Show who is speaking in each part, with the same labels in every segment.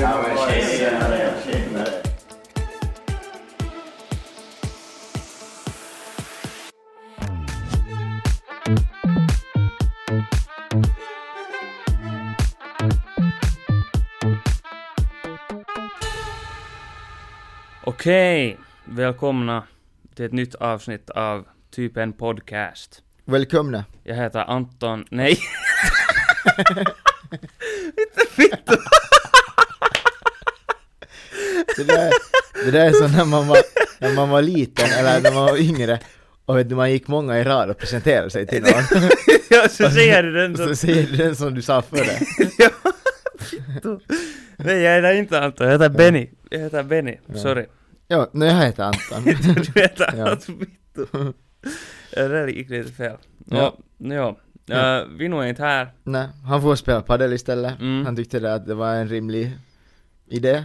Speaker 1: Ja, men tjenare, tjenare.
Speaker 2: Okej, välkomna till ett nytt avsnitt av typ en podcast.
Speaker 3: Välkomna!
Speaker 2: Jag heter Anton, nej,
Speaker 3: Det där, det där är som när man var, när man var liten eller när man var yngre och vet du, man gick många i rad och presenterade sig till någon.
Speaker 2: jag så säger du den
Speaker 3: Och
Speaker 2: som...
Speaker 3: så säger du den som du sa före.
Speaker 2: Ja, fitto. Nej, jag heter inte Anton, jag heter Benny. Jag heter Benny, sorry.
Speaker 3: Ja, nu jag heter Anton.
Speaker 2: Du heter
Speaker 3: Ja.
Speaker 2: Anton, fitto. Det där gick lite fel. Ja,
Speaker 3: Ja.
Speaker 2: ja.
Speaker 3: Ja.
Speaker 2: Eh, Vino är inte här.
Speaker 3: Nej, han får spela padel istället.
Speaker 2: Mm.
Speaker 3: Han tyckte det att det var en rimlig idé.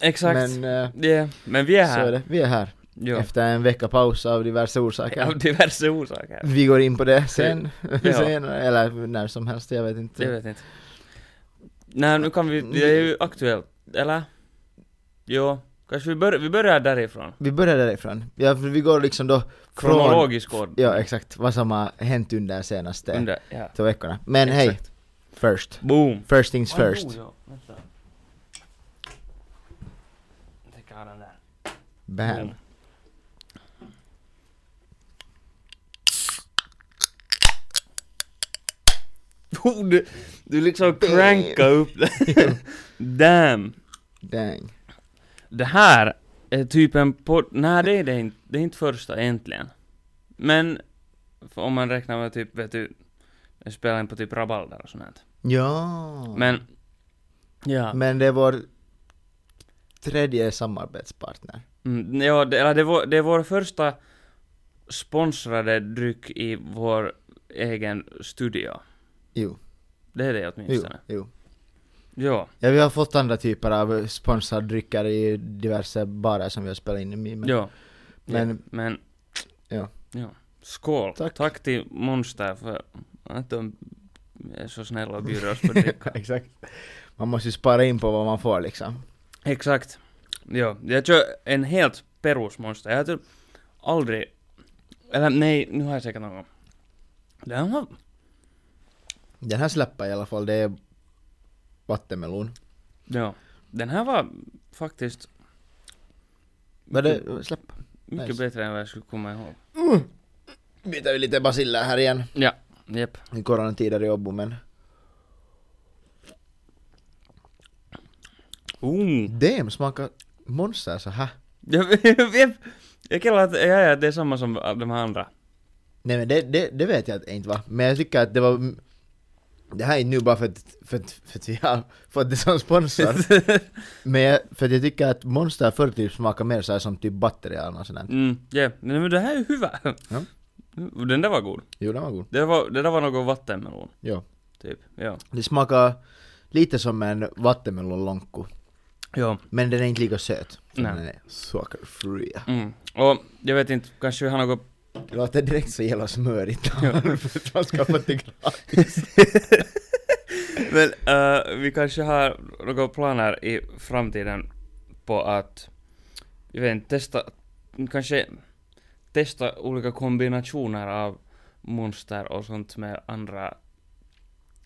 Speaker 2: Exakt.
Speaker 3: Men eh,
Speaker 2: Men, men vi är
Speaker 3: så är
Speaker 2: här.
Speaker 3: det. Vi är här.
Speaker 2: Ja.
Speaker 3: Efter en vecka paus av diverse orsaker.
Speaker 2: Av diverse orsaker.
Speaker 3: Vi går in på det sen.
Speaker 2: Ja.
Speaker 3: senare, eller när som helst, jag vet inte.
Speaker 2: Jag vet inte. Nej, nu kan vi, det är ju aktuellt, eller? Jo, kanske vi börjar, vi börjar därifrån.
Speaker 3: Vi börjar därifrån. Ja, för vi går liksom då från-
Speaker 2: Kronologisk ordning.
Speaker 3: Ja, exakt. Vad som har hänt under senaste
Speaker 2: Under, ja.
Speaker 3: två veckorna. Men hej,
Speaker 2: Exakt.
Speaker 3: first.
Speaker 2: Boom!
Speaker 3: First things first.
Speaker 2: Ah, jo, ja, vänta. Jag tänker ha den där.
Speaker 3: Bam.
Speaker 2: Boom. Oh, du, du liksom crankade upp den. Damn!
Speaker 3: Dang.
Speaker 2: Det här är typ en podd... Nej, det är det inte. Det är inte första egentligen. Men för om man räknar med typ, vet du, jag spelar in på typ rabalder och sånt här.
Speaker 3: Ja.
Speaker 2: Men, ja.
Speaker 3: Men det är vår tredje samarbetspartner.
Speaker 2: Mm, ja det, eller det, är vår, det är vår första sponsrade dryck i vår egen studio.
Speaker 3: Jo,
Speaker 2: Det är det
Speaker 3: jo,
Speaker 2: åtminstone.
Speaker 3: jo.
Speaker 2: Ja,
Speaker 3: Ja, vi har fått andra typer av sponsordrycker i diverse barer som vi har spelat in i. Men
Speaker 2: ja.
Speaker 3: men-
Speaker 2: ja, men
Speaker 3: ja.
Speaker 2: ja. Skål! Tack.
Speaker 3: Tack.
Speaker 2: till Monster för att de är så snälla och bjuder oss på dricka.
Speaker 3: exakt. Man måste ju spara in på vad man får liksom.
Speaker 2: Exakt. Ja, jag kör en helt perusmonster. Jag har typ aldrig... Eller nej, nu har jag säkert någon gång. Den var...
Speaker 3: Den här släpper i alla fall, det är vattenmelon.
Speaker 2: Ja. Den här var faktiskt
Speaker 3: Vad det, släpp.
Speaker 2: mycket
Speaker 3: Nice.
Speaker 2: bättre än vad jag skulle komma ihåg.
Speaker 3: Byter vi lite basiller här igen.
Speaker 2: Ja, jep.
Speaker 3: I coronatider i Åbo men
Speaker 2: Ooh.
Speaker 3: Damn, smakar monster så här?
Speaker 2: Jag, jag, jag kallar att, ja, ja, det är samma som äh, de här andra.
Speaker 3: Nej men det, det, det vet jag att- inte va, men jag tycker att det var Det här är inte nu bara för att, för att, för att vi har fått det som sponsor Men jag, för att jag tycker att monster förr typ smakar mer så här som typ batteri eller något sånt där.
Speaker 2: Mm, yeah. Nej, men det här är huvud.
Speaker 3: Ja.
Speaker 2: Den där var god.
Speaker 3: Jo den var god,
Speaker 2: Det, var, det där var något vattenmelon,
Speaker 3: ja
Speaker 2: typ. Ja.
Speaker 3: Det smakar lite som en vattenmelonlonko
Speaker 2: Ja.
Speaker 3: Men den är inte lika söt för
Speaker 2: Nej.
Speaker 3: Den är sucker free
Speaker 2: Mm. Och jag vet inte, kanske vi har något
Speaker 3: Det låter direkt så jävla smörigt för att man ska få det gratis
Speaker 2: Men eh, vi kanske har några planer i framtiden på att, jag vet inte, testa, kanske testa olika kombinationer av monster och sånt med andra,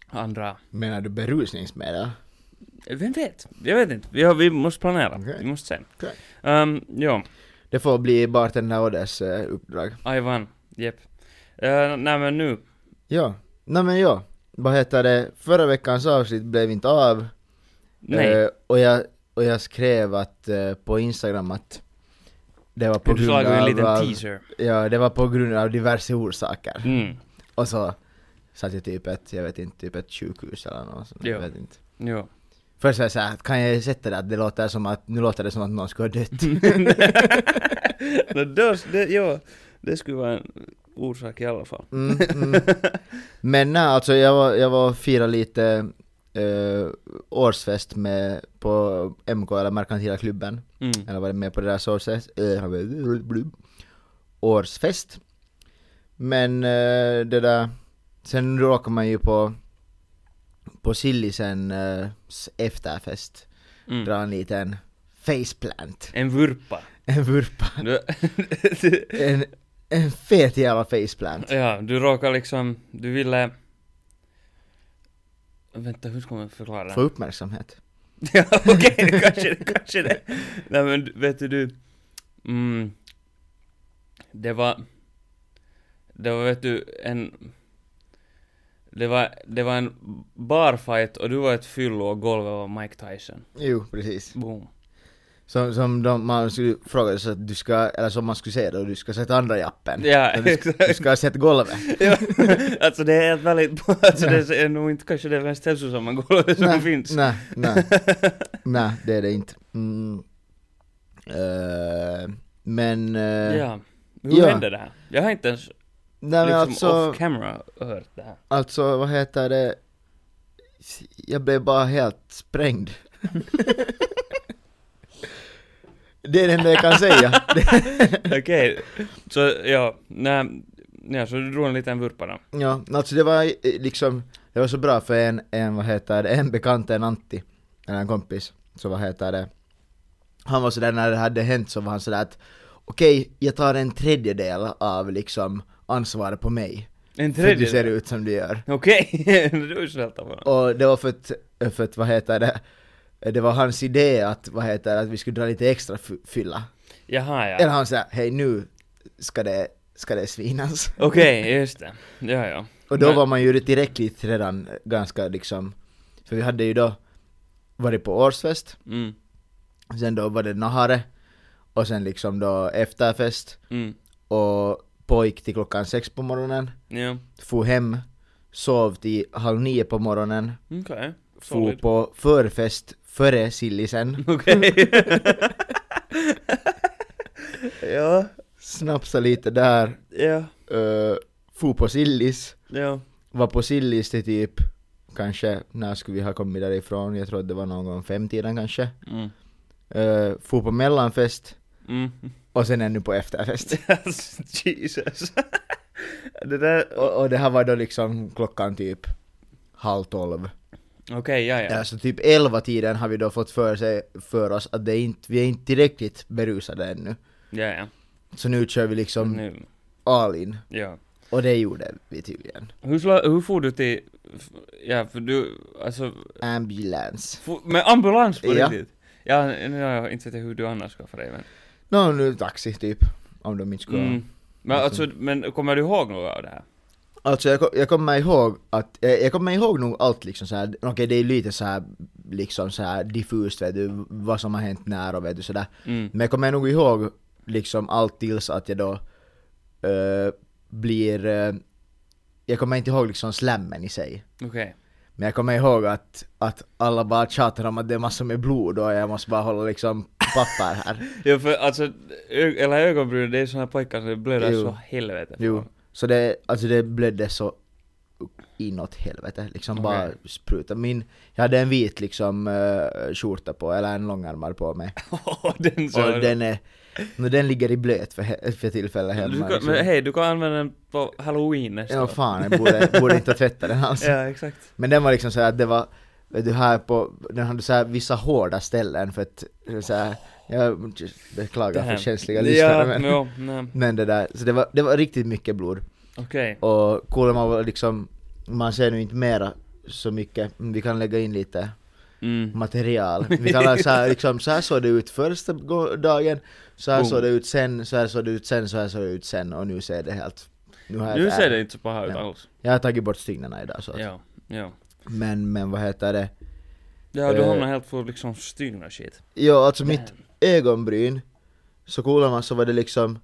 Speaker 2: andra,
Speaker 3: Menar du berusningsmedel?
Speaker 2: vem vet? Jag vet inte, vi, har, vi måste planera,
Speaker 3: Okej.
Speaker 2: vi måste se.
Speaker 3: Okej.
Speaker 2: Ehm, ja,
Speaker 3: Det får bli bartender Oddes eh, uppdrag.
Speaker 2: Ivan, jepp. Uh, nej men nu,
Speaker 3: Ja, nej men ja. Vad heter det, förra veckans avsnitt blev inte av.
Speaker 2: nej.
Speaker 3: Eh, och, jag, och jag skrev att, eh, på Instagram att det var på
Speaker 2: du
Speaker 3: grund
Speaker 2: slog
Speaker 3: av...
Speaker 2: en liten
Speaker 3: av-
Speaker 2: teaser.
Speaker 3: Ja, det var på grund av diverse orsaker.
Speaker 2: Mm,
Speaker 3: Och så satt jag typ ett, jag vet inte, typ ett sjukhus eller något sånt.
Speaker 2: Ja.
Speaker 3: Jag vet inte.
Speaker 2: jo.
Speaker 3: Först var jag såhär, kan jag sätta det att det låter som att, nu låter det som att någon skulle ha dött.
Speaker 2: no, det, det, ja, det skulle vara en orsak i alla fall.
Speaker 3: Mm, mm. Men nej, alltså jag var, jag var och firade lite eh, årsfest med, på MK eller Merkantila klubben.
Speaker 2: Mm.
Speaker 3: Eller var det med på deras årsfest? eh, blub. årsfest. Men eh, det där, sen råkar man ju på på sillisens efterfest
Speaker 2: Mm.
Speaker 3: dra en liten faceplant.
Speaker 2: En vurpa.
Speaker 3: En vurpa.
Speaker 2: Du,
Speaker 3: En, en fet jävla faceplant.
Speaker 2: ja, du råkar liksom, du ville... Vänta, hur ska man förklara det?
Speaker 3: Få uppmärksamhet.
Speaker 2: Ja, okej, kanske det, kanske det. Nej men du- vet du, mm, det var, det var vet du en, det var, det var en barfight och du var ett fyllo och golvet var Mike Tyson.
Speaker 3: Jo, precis.
Speaker 2: Boom.
Speaker 3: Som, som de, man skulle fråga så att du ska, eller som man skulle säga då, du ska sätta andra jappen.
Speaker 2: Ja,
Speaker 3: Men du,
Speaker 2: exakt.
Speaker 3: du ska sätta golvet.
Speaker 2: Ja, alltså det är helt väldigt, alltså det är nog inte kanske det mest hälsosamma golvet som
Speaker 3: Nej,
Speaker 2: finns.
Speaker 3: Nej, nej. nej, det är det inte. Mm. Eh, men... eh,
Speaker 2: Ja. Hur
Speaker 3: Ja.
Speaker 2: hände det här? Jag har inte ens
Speaker 3: nej, men
Speaker 2: liksom
Speaker 3: alltså,
Speaker 2: off camera hört det här.
Speaker 3: alltså, vad heter det? Jag blev bara helt sprängd. det är det enda jag kan säga.
Speaker 2: Okej, så ja, nej, ja, så du drog en liten vurpa då.
Speaker 3: Ja, alltså det var eh, liksom, det var så bra för en, en vad heter det, en bekant, en Antti, eller en kompis, så vad heter det, han var sådär när det hade hänt så var han sådär att okej, jag tar en tredjedel av liksom ansvaret på mig.
Speaker 2: En
Speaker 3: För att du ser
Speaker 2: tredjedel?
Speaker 3: ut som du gör.
Speaker 2: Okej, du är snällt av honom.
Speaker 3: Och det var för att, för att vad heter det, det var hans idé att, vad heter det, att vi skulle dra lite extra fy- fylla.
Speaker 2: Jaha
Speaker 3: Eller
Speaker 2: ja.
Speaker 3: han sa hej nu ska det, ska det svinas.
Speaker 2: Okej, just det. Ja, ja.
Speaker 3: Och då
Speaker 2: Men-
Speaker 3: var man ju tillräckligt redan ganska liksom, för vi hade ju då varit på årsfest,
Speaker 2: Mm,
Speaker 3: sen då var det nahare, och sen liksom då efterfest,
Speaker 2: mm,
Speaker 3: och pågick till klockan sex på morgonen,
Speaker 2: ja.
Speaker 3: for hem, sov till halv nio på morgonen,
Speaker 2: Okej.
Speaker 3: for
Speaker 2: Solid.
Speaker 3: på förfest före sillisen,
Speaker 2: Okej. ja,
Speaker 3: snapsa lite där,
Speaker 2: ja,
Speaker 3: uh, for på sillis,
Speaker 2: ja.
Speaker 3: var på sillis till typ, kanske, när skulle vi ha kommit därifrån? Jag tror att det var någon gång femtiden kanske.
Speaker 2: Mm.
Speaker 3: uh, for på mellanfest
Speaker 2: Mm.
Speaker 3: och sen ännu på efterfest.
Speaker 2: Alltså, Jesus. det där...
Speaker 3: och, och det här var då liksom klockan typ halv tolv.
Speaker 2: Okej, ja, ja.
Speaker 3: Alltså typ elva tiden har vi då fått för, sig, för oss att det är inte, vi är inte tillräckligt berusade ännu.
Speaker 2: Ja, ja.
Speaker 3: Så nu kör vi liksom
Speaker 2: Nu,
Speaker 3: all in.
Speaker 2: ja.
Speaker 3: Och det gjorde vi tydligen.
Speaker 2: Hur, slå, hur får du till... Ja, för du, alltså,
Speaker 3: Ambulans.
Speaker 2: Få- Med ambulans på
Speaker 3: Ja.
Speaker 2: riktigt? Ja, nu har jag inte vet jag hur du annars skaffar dig men...
Speaker 3: Nå, nu taxi typ. Om de inte skulle ha-
Speaker 2: Mm. Men
Speaker 3: Alltså-
Speaker 2: alltså, men kommer du ihåg något av det här?
Speaker 3: Alltså jag, ko- jag kommer ihåg att, jag, jag kommer ihåg nog allt liksom så här. okej det är lite så här liksom så här diffust vet du, vad som har hänt när och vet du sådär.
Speaker 2: Mm.
Speaker 3: Men jag kommer nog ihåg liksom allt tills att jag då eh, blir, eh, jag kommer inte ihåg liksom slammen i sig.
Speaker 2: Okej.
Speaker 3: Men jag kommer ihåg att, att alla bara tjatar om att det är massor med blod och jag måste bara hålla liksom papper här.
Speaker 2: Ja för alltså, ö- eller ögonbryn, det är såna pojkar som blöder
Speaker 3: Jo.
Speaker 2: så helvete.
Speaker 3: Jo. Så det, alltså det blödde så inåt helvete, liksom
Speaker 2: Okej.
Speaker 3: bara spruta. Min, jag hade en vit liksom uh, skjorta på, eller en långärmad på mig.
Speaker 2: Åh, den så...
Speaker 3: Och den är, no, den ligger i blöt för, he- för tillfället
Speaker 2: du
Speaker 3: hemma.
Speaker 2: kan,
Speaker 3: liksom.
Speaker 2: men hej, du kan använda den på halloween nästa
Speaker 3: Ja
Speaker 2: år.
Speaker 3: fan, jag borde, borde inte ha tvättat den alls.
Speaker 2: Ja, exakt.
Speaker 3: Men den var liksom såhär, det var, vet du här på, den hade såhär vissa hårda ställen för att, såhär, jag beklagar för
Speaker 2: Damn.
Speaker 3: känsliga
Speaker 2: Ja,
Speaker 3: lyssnare
Speaker 2: men...
Speaker 3: men,
Speaker 2: Ja, nej.
Speaker 3: men det där, så det var, det var riktigt mycket blod.
Speaker 2: Okej.
Speaker 3: Och Kuulemma var liksom, man ser nu inte mera så mycket, Mm, vi kan lägga in lite
Speaker 2: Mm.
Speaker 3: material. Vi kan ha så här, liksom, så här såg det ut första gå- dagen, så här
Speaker 2: Boom.
Speaker 3: såg det ut sen, så här såg det ut sen, så här såg det ut sen och nu ser det helt... har jag
Speaker 2: Nu
Speaker 3: ett
Speaker 2: ser
Speaker 3: ärr.
Speaker 2: det inte så paha ut
Speaker 3: Ja.
Speaker 2: alls.
Speaker 3: Jag har tagit bort stygnerna idag så att,
Speaker 2: Ja, ja.
Speaker 3: men, men vad heter det?
Speaker 2: Ja, du
Speaker 3: Eh.
Speaker 2: hamnar helt på liksom stygna shit.
Speaker 3: Jo, alltså mitt ögonbryn, så kollar man så var det liksom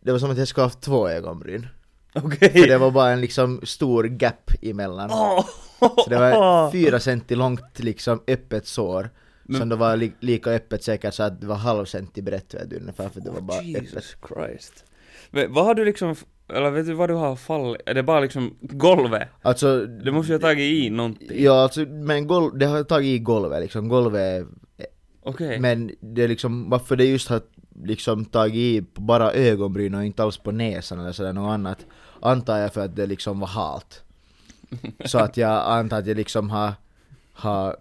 Speaker 3: det var som att jag skulle ha haft två ögonbryn.
Speaker 2: Okej.
Speaker 3: För det var bara en liksom stor gap emellan.
Speaker 2: Åh!
Speaker 3: Så det var fyra centi långt liksom öppet sår. Som
Speaker 2: Men-
Speaker 3: det var li- lika öppet säkert så att det var halv centi brett vet du, ungefär för det var bara öppet.
Speaker 2: Jesus Christ. Men vad har du liksom, eller vet du vad du har fallit? Är det bara liksom golvet?
Speaker 3: Alltså,
Speaker 2: Du måste ju ha tagit i någonting.
Speaker 3: ja alltså men golv, det har jag tagit i golvet liksom, golvet,
Speaker 2: Okej.
Speaker 3: men det är liksom, varför det just har liksom tagit i på bara ögonbryn och inte alls på näsan eller sådär något annat, antar jag för att det liksom var halt. Så att jag antar att jag liksom har har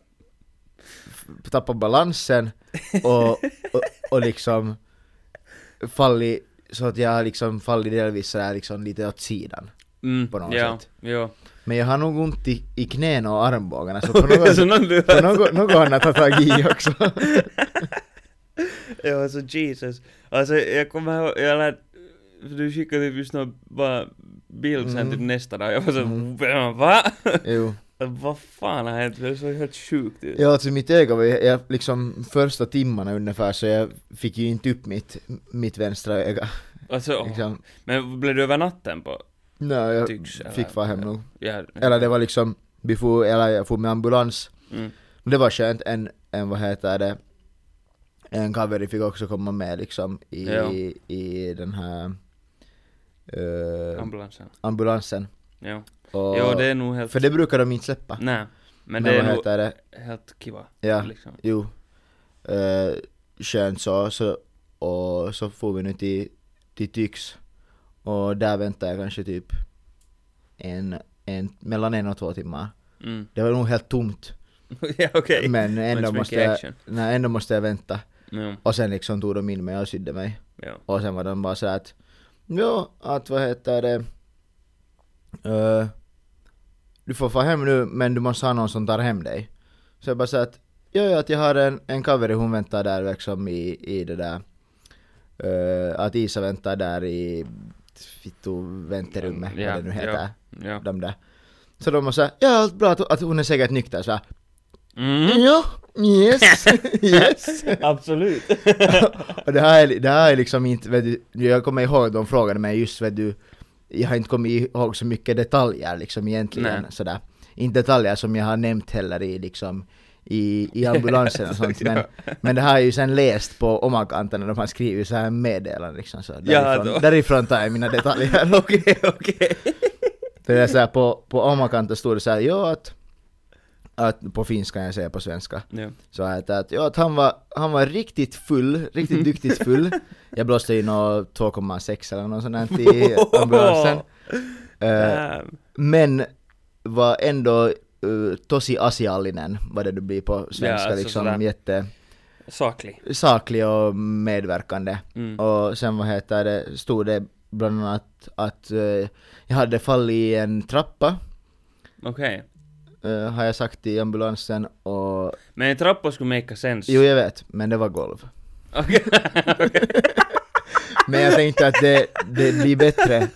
Speaker 3: f- tappat balansen och, och, och liksom fallit så att jag har liksom fallit delvis sådär liksom lite åt sidan.
Speaker 2: Mm,
Speaker 3: På något
Speaker 2: ja,
Speaker 3: sätt.
Speaker 2: ja.
Speaker 3: Men jag har nog ont i, i knäna och armbågarna så på något,
Speaker 2: så
Speaker 3: så
Speaker 2: Alltså, någon du
Speaker 3: på något, något annat har tagit i också.
Speaker 2: Ja, alltså Jesus. Alltså jag kommer ihåg, jag lät, för du skickade typ just någon bara bild sen
Speaker 3: Mm.
Speaker 2: typ nästa dag, jag var så
Speaker 3: Mm.
Speaker 2: mm. va?
Speaker 3: jo.
Speaker 2: Vad fan har hänt? Det såg helt sjukt ut.
Speaker 3: Ja, alltså mitt öga var ju, jag, liksom första timmarna ungefär så jag fick ju inte upp mitt, mitt vänstra öga.
Speaker 2: Alltså,
Speaker 3: Liksom.
Speaker 2: men blev du över natten på?
Speaker 3: Nej, jag
Speaker 2: Tycks, eller-
Speaker 3: fick vara hem nog.
Speaker 2: Ja,
Speaker 3: Eller det var liksom, vi for, eller jag for med ambulans.
Speaker 2: Mm.
Speaker 3: Det var skönt, en, en vad heter det, en cover fick också komma med liksom i,
Speaker 2: Ja.
Speaker 3: i den här eh,
Speaker 2: Ambulansen.
Speaker 3: ambulansen.
Speaker 2: Ja.
Speaker 3: Och,
Speaker 2: Jo, det är nog helt...
Speaker 3: För det brukar de inte släppa.
Speaker 2: Nej. Men det är
Speaker 3: vad
Speaker 2: nog
Speaker 3: heter det,
Speaker 2: helt kiva.
Speaker 3: Ja.
Speaker 2: Liksom.
Speaker 3: jo. Uh, skönt så, så, och så får vi nu till, till Tyx. Och där väntar jag kanske typ en, en, mellan en och två timmar.
Speaker 2: Mm.
Speaker 3: Det var nog helt tomt.
Speaker 2: ja, okej.
Speaker 3: Men
Speaker 2: inte
Speaker 3: ändå
Speaker 2: så
Speaker 3: måste,
Speaker 2: mycket
Speaker 3: jag,
Speaker 2: action.
Speaker 3: nej, ändå måste jag vänta.
Speaker 2: Ja,
Speaker 3: Och sen liksom tog de in mig och sydde mig.
Speaker 2: ja.
Speaker 3: Och sen var de bara så här att, ja, att vad heter det, eh, du får få hem nu men du måste ha någon som tar hem dig. Så jag bara så här att, ja, ja att jag har en, en cover hon väntar där liksom i, i det där, eh, att Isa väntar där i fitto vänterummet,
Speaker 2: Ja,
Speaker 3: vad det nu
Speaker 2: ja.
Speaker 3: heter,
Speaker 2: ja.
Speaker 3: de där. Så de var såhär, ja allt bra, att- att hon är säkert nykter så här,
Speaker 2: Mm.
Speaker 3: Ja, yes, yes.
Speaker 2: Absolut.
Speaker 3: Och det här, är- det här är liksom inte, vet du, jag kommer ihåg att de frågade mig just vet du, jag har inte kommit ihåg så mycket detaljer liksom egentligen
Speaker 2: Nej.
Speaker 3: sådär. Inte detaljer som jag har nämnt heller i liksom i, i ambulansen och sånt men, men det här är ju sen läst på omakanten när de har skrivit så här meddelanden liksom så därifrån,
Speaker 2: då.
Speaker 3: därifrån tar jag mina detaljer.
Speaker 2: Okej, okej.
Speaker 3: För det är så här, på, på omakanten stod det så här, ja att, att på finska jag säger på svenska
Speaker 2: Ja.
Speaker 3: så här att- att, ja, att han, var, han var riktigt full, riktigt duktigt full. Jag blåste in och 2,6 eller något sånt där i ambulansen. Eh,
Speaker 2: Damn.
Speaker 3: men var ändå eh, tosi asiallinen, vad det nu blir på svenska,
Speaker 2: alltså sådär.
Speaker 3: liksom jätte
Speaker 2: Saklig.
Speaker 3: saklig och medverkande.
Speaker 2: Mm.
Speaker 3: Och sen vad heter det, stod det bland annat att eh, jag hade fallit i en trappa,
Speaker 2: Okej.
Speaker 3: eh, har jag sagt i ambulansen och...
Speaker 2: Men en trappa skulle make sense.
Speaker 3: Jo jag vet, men det var golv.
Speaker 2: Okej.
Speaker 3: Men jag tänkte att det, det blir bättre.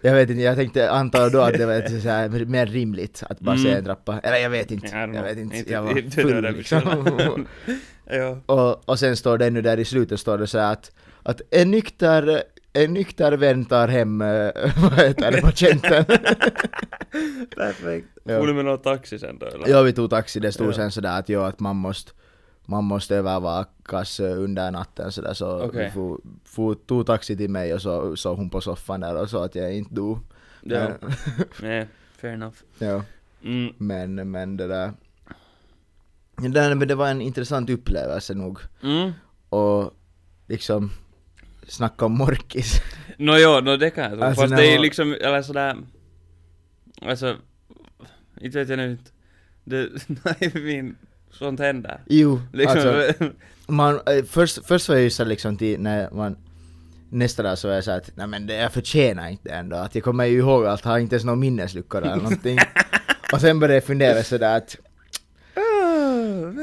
Speaker 3: Jag vet inte, jag tänkte anta då att det var ett så här, mer rimligt att bara
Speaker 2: Mm.
Speaker 3: säga en trappa. Eller jag vet inte.
Speaker 2: Ja, I don't
Speaker 3: Jag
Speaker 2: know.
Speaker 3: vet inte.
Speaker 2: Inte-
Speaker 3: Jag var
Speaker 2: inte det där
Speaker 3: full liksom.
Speaker 2: personen. ja.
Speaker 3: och, och sen står det ännu där i slutet står det så här att, att en nykter en nykter vän tar hem, eh, vad heter det, patienten.
Speaker 2: Perfekt.
Speaker 3: Ja.
Speaker 2: Får du med någon taxi sen då eller?
Speaker 3: ja, vi tog taxi, det stod
Speaker 2: Ja.
Speaker 3: sen sådär att, ja, att man måste, man måste övervakas eh, under natten sådär så
Speaker 2: Okej.
Speaker 3: vi for, for, tog taxi till mig och så såg hon på soffan där och sa att jag inte dog.
Speaker 2: Ja. Nej, fair enough.
Speaker 3: Ja,
Speaker 2: Mm.
Speaker 3: men, men det där... Det, där, men det var en intressant upplevelse nog.
Speaker 2: Mm.
Speaker 3: Och liksom, snacka om morkis.
Speaker 2: Nå ja, nå det kan jag tro.
Speaker 3: Alltså,
Speaker 2: Fast
Speaker 3: när
Speaker 2: det är
Speaker 3: man-
Speaker 2: liksom, eller sådär... Alltså... Inte vet jag nu inte. Det, nej, min... Sånt händer.
Speaker 3: Jo,
Speaker 2: Liksom,
Speaker 3: alltså, man, eh, först, först var jag ju så liksom till när man Nästa dag så var jag såhär att nej men det, jag förtjänar inte ändå, att jag kommer ju ihåg allt, har inte ens några minnesluckor eller någonting. och sen började jag fundera sådär att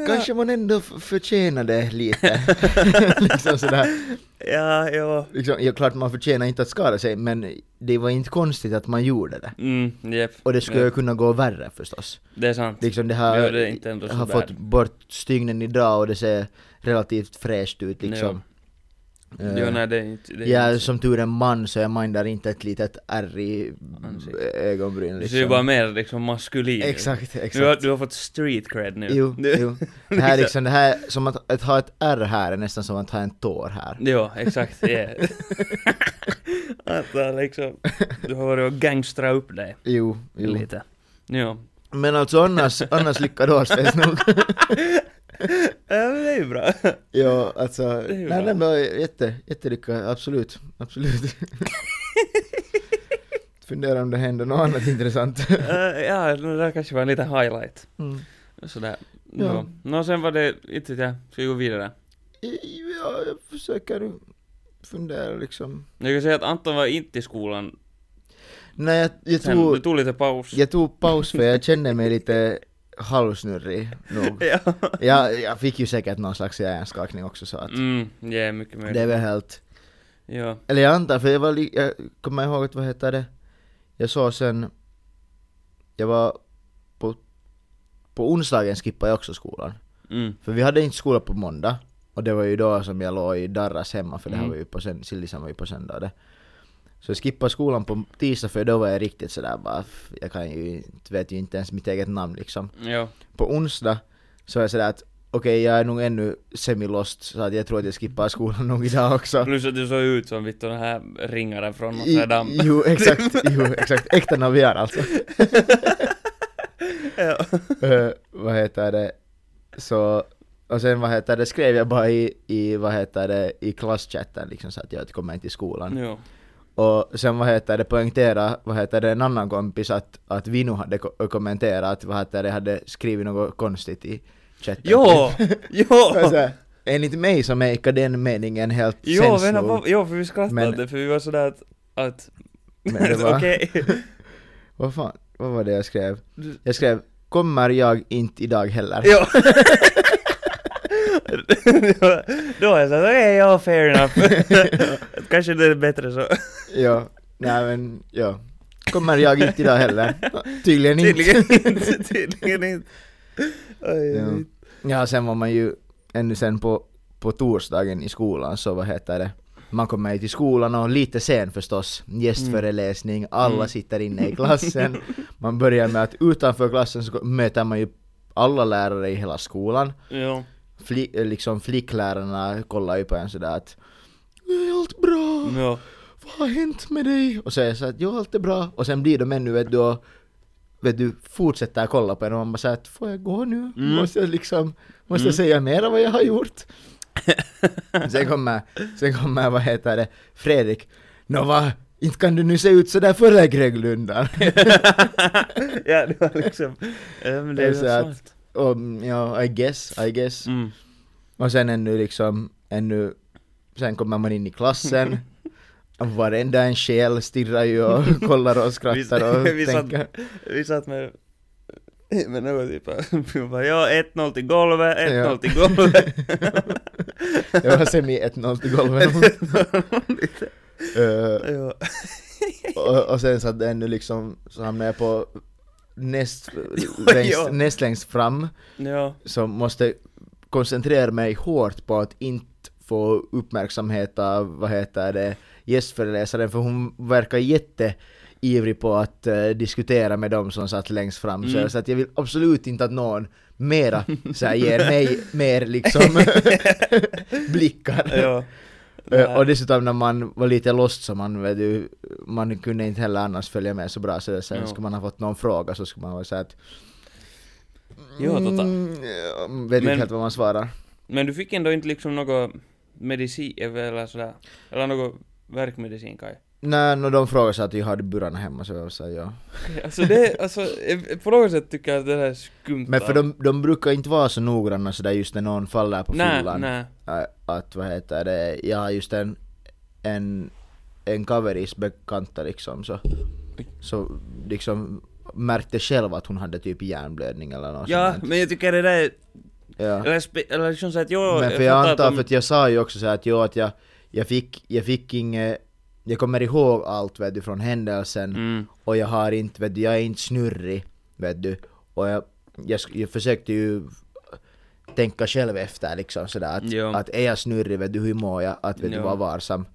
Speaker 3: kanske man ändå f- förtjänar det lite. liksom sådär.
Speaker 2: Ja, ja.
Speaker 3: Liksom, ja, klart man förtjänar inte att skada sig, men det var inte konstigt att man gjorde det.
Speaker 2: Mm, jep.
Speaker 3: Och det skulle
Speaker 2: Ja.
Speaker 3: ju kunna gå värre förstås.
Speaker 2: Det är sant.
Speaker 3: Liksom det har,
Speaker 2: Ja, det är inte ändå så
Speaker 3: har
Speaker 2: bad.
Speaker 3: fått bort stygnen idag och det ser relativt fräscht ut liksom. Eh,
Speaker 2: Jo, nej, det är inte... Det är
Speaker 3: jag är
Speaker 2: inte så.
Speaker 3: som tur är man så jag mindar inte ett litet ärr i
Speaker 2: Ansikte.
Speaker 3: ögonbryn
Speaker 2: Du
Speaker 3: liksom.
Speaker 2: ser ju bara mer liksom maskulin ut.
Speaker 3: Exakt, exakt.
Speaker 2: Du har, du har fått street cred nu.
Speaker 3: Jo,
Speaker 2: du,
Speaker 3: jo. Det här är liksom, det här, som att, att ha ett ärr här är nästan som att ha en tår här.
Speaker 2: Jo, exakt. Yeah. att uh, liksom, du har varit och gangstra upp dig
Speaker 3: Jo, jo.
Speaker 2: lite. Jo.
Speaker 3: Men alltså annars, annars lyckad årsfest nog.
Speaker 2: Ja, men det är ju bra.
Speaker 3: Ja, alltså,
Speaker 2: är ju
Speaker 3: nej,
Speaker 2: bra.
Speaker 3: nej men jätte, jättelyckad, absolut, absolut. Funderar om det händer något annat intressant.
Speaker 2: Eh, ja, det där kanske var en liten highlight. Sådär.
Speaker 3: Ja.
Speaker 2: Ja. Nou, Nå, sen var det, inte vet jag, ska vi gå vidare?
Speaker 3: Ja, jag försöker fundera liksom.
Speaker 2: Jag kan säga att Anton var inte i skolan
Speaker 3: Nej, jag, jag
Speaker 2: sen,
Speaker 3: tror...
Speaker 2: du tog lite paus.
Speaker 3: Jag tog paus för jag kände mig lite halvsnurrig nog.
Speaker 2: ja.
Speaker 3: Jag, jag fick ju säkert någon slags hjärnskakning också så att
Speaker 2: Mm, ja, mycket möjligt.
Speaker 3: det är väl helt...
Speaker 2: Ja.
Speaker 3: Eller jag antar, för jag var li- jag kommer ihåg att vad heter det? Jag sa sen... Jag var på... På onsdagen skippade jag också skolan.
Speaker 2: Mm.
Speaker 3: För vi hade inte skola på måndag. Och det var ju då som jag låg i Darras hemma för det här
Speaker 2: Mm.
Speaker 3: var ju på sen, Sildisen var ju på söndag det. Så jag skippade skolan på tisdag för då var jag riktigt sådär bara, "F- jag kan ju inte, vet ju inte ens mitt eget namn liksom.
Speaker 2: Ja.
Speaker 3: på onsdag så var jag sådär att okej jag är nog ännu semi-lost så att jag tror att jag skippar skolan nog idag också.
Speaker 2: Plus att du såg ut som vittu den här ringaren från Notre Dame.
Speaker 3: I- Jo exakt, jo exakt, äkta Naviar alltså.
Speaker 2: Ja.
Speaker 3: Eh, vad heter det, så, och sen vad heter det, skrev jag bara i, i vad heter det, i klasschatten liksom så att jag kommer inte till skolan.
Speaker 2: Jo.
Speaker 3: Och sen vad heter det, poängtera, vad heter det, en annan kompis att, att vi nog hade ko- kommenterat, vad heter det, hade skrivit något konstigt i chatten.
Speaker 2: Jo! Jo!
Speaker 3: Och så här, Enligt mig så make den meningen helt
Speaker 2: Jo,
Speaker 3: sens
Speaker 2: vänta,
Speaker 3: nog.
Speaker 2: vad- jo, för vi skrattade
Speaker 3: Men-
Speaker 2: åt det, för vi var sådär att... att
Speaker 3: Men det var-
Speaker 2: Okej.
Speaker 3: Vad fan, vad var det jag skrev?
Speaker 2: Du-
Speaker 3: Jag skrev Kommer jag inte idag heller?
Speaker 2: Jo. Då var jag såhär, okej, ja, fair enough. Kanske det är bättre så.
Speaker 3: Ja, nej men ja. Kommer jag inte idag heller? Tydligen inte.
Speaker 2: Tydligen inte. Tydligen inte. Oj,
Speaker 3: Ja.
Speaker 2: oj.
Speaker 3: Ja, sen var man ju ännu sen på, på torsdagen i skolan så vad heter det? Man kommer ju till skolan och lite sen förstås, gästföreläsning, alla
Speaker 2: Mm.
Speaker 3: sitter inne i klassen. Man börjar med att utanför klassen så möter man ju alla lärare i hela skolan.
Speaker 2: Ja.
Speaker 3: Fli, liksom flicklärarna kollar ju på en sådär att "Är allt bra?
Speaker 2: Ja.
Speaker 3: vad har hänt med dig? Och säger så att jo allt är bra och sen blir de ännu vet du och vet du fortsätter kolla på en och man bara säger att får jag gå nu?
Speaker 2: Mm.
Speaker 3: Måste jag liksom, måste
Speaker 2: Mm.
Speaker 3: jag säga mer av vad jag har gjort? sen kommer, sen kommer vad heter det, Fredrik, nå vad, inte kan du nu se ut sådär före Greglundan?
Speaker 2: ja, det var liksom... Ja, men det
Speaker 3: Det är
Speaker 2: är
Speaker 3: så att-
Speaker 2: ju sant.
Speaker 3: och mm, ja, I guess, I guess.
Speaker 2: Mm.
Speaker 3: Och sen ännu liksom, ännu, sen kommer man in i klassen Varenda en själ stirrar ju och kollar och skrattar och
Speaker 2: Vi- vi satt-
Speaker 3: tänker
Speaker 2: Vi satt med... Med något typ av... vi bara, Ja, 1-0 till golvet, 1-0
Speaker 3: Ja.
Speaker 2: till golvet.
Speaker 3: Jag var semi 1-0 till golvet. Eh,
Speaker 2: ja.
Speaker 3: och, och sen så att den nu liksom, så hamnade jag på näst,
Speaker 2: Jo,
Speaker 3: längst,
Speaker 2: ja.
Speaker 3: näst längst fram,
Speaker 2: ja.
Speaker 3: så måste koncentrera mig hårt på att inte få uppmärksamhet av, vad heter det, gästföreläsaren, för hon verkar jätte ivrig på att eh, diskutera med dem som satt längst fram, så,
Speaker 2: Mm.
Speaker 3: jag, så att jag vill absolut inte att någon mera så här, ger mig mer liksom blickar.
Speaker 2: ja.
Speaker 3: Eh, Och dessutom när man var lite lost så man, vet du, man kunde inte heller annars följa med så bra så sen
Speaker 2: Ja.
Speaker 3: skulle man ha fått någon fråga så skulle man vara såhär att
Speaker 2: Jo, tota.
Speaker 3: Mm, ja, vet inte
Speaker 2: Men-
Speaker 3: helt vad man svarar.
Speaker 2: Men du fick ändå inte liksom något medicin eh, eller sådär? Eller något verkmedicin kaj?
Speaker 3: Nej, no, de frågade så att jag hade burarna hemma så jag sa ja.
Speaker 2: Alltså det, alltså eh, på något sätt tycker jag att det här är skumt
Speaker 3: Men för
Speaker 2: av-
Speaker 3: de, de brukar inte vara så noggranna sådär just när någon faller på
Speaker 2: Nej,
Speaker 3: fyllan.
Speaker 2: nej.
Speaker 3: Äh, Att vad heter det, jag har just en, en, en kaveris bekanta liksom så, så liksom märkte själv att hon hade typ hjärnblödning eller något
Speaker 2: Ja,
Speaker 3: sånt där.
Speaker 2: men jag tycker det där är...
Speaker 3: Ja.
Speaker 2: Eller, spe, eller liksom så att jo,
Speaker 3: Men för jag
Speaker 2: fattar
Speaker 3: antar,
Speaker 2: de-
Speaker 3: för att jag sa ju också så här att jo att jag, jag fick, jag fick inget, jag kommer ihåg allt vet du från händelsen
Speaker 2: Mm.
Speaker 3: och jag har inte, vet du, jag är inte snurrig vet du och jag, jag, sk- jag försökte ju tänka själv efter liksom sådär
Speaker 2: Jo.
Speaker 3: att, att är jag snurrig vet du hur mår jag, att vet du
Speaker 2: Jo.
Speaker 3: vara varsam.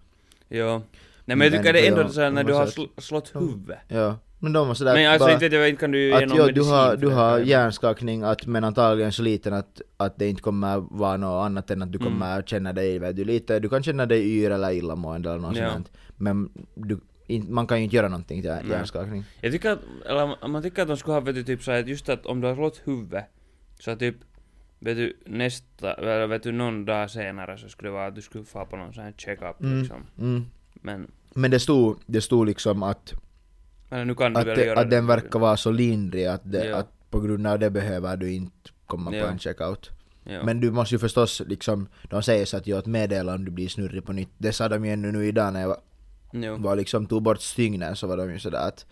Speaker 2: Ja. Nej men
Speaker 3: Men
Speaker 2: jag tycker det är
Speaker 3: för
Speaker 2: ändå
Speaker 3: jag-
Speaker 2: såhär när
Speaker 3: jag
Speaker 2: du har
Speaker 3: måste-
Speaker 2: sl- slått huvudet.
Speaker 3: Ja. Men de var sådär
Speaker 2: Men alltså
Speaker 3: bara-
Speaker 2: inte vet jag, inte kan du ge
Speaker 3: att
Speaker 2: någon
Speaker 3: ja, du har,
Speaker 2: medicin för
Speaker 3: du
Speaker 2: det.
Speaker 3: har hjärnskakning att, men antagligen så liten att, att det inte kommer vara något annat än att
Speaker 2: Mm.
Speaker 3: du kommer känna dig vet du, lite, du kan känna dig yr eller illamående eller något
Speaker 2: Ja.
Speaker 3: sånt. Men du, in, man kan ju inte göra någonting till hjärnskakning.
Speaker 2: Jag tycker att, eller man- man tycker att de skulle ha vet du, typ så här, att just att om du har slått huvudet, så typ, vet du, nästa, eller vet du, någon dag senare så skulle det vara att du skulle få på någon sån här check-up liksom.
Speaker 3: Mm.
Speaker 2: Men,
Speaker 3: Men det stod, det stod liksom att,
Speaker 2: eller nu kan du
Speaker 3: att,
Speaker 2: väl
Speaker 3: det,
Speaker 2: göra
Speaker 3: att den verkar vara så lindrig att, det,
Speaker 2: Ja.
Speaker 3: att på grund av det behöver du inte kommer man
Speaker 2: Ja.
Speaker 3: på en checkout.
Speaker 2: Ja.
Speaker 3: Men du måste ju förstås liksom, de säger så att gör ett meddelande om du blir snurrig på nytt. Det sa de ju ännu nu idag när jag var,
Speaker 2: jo.
Speaker 3: var liksom tog bort stygnen så var de ju sådär att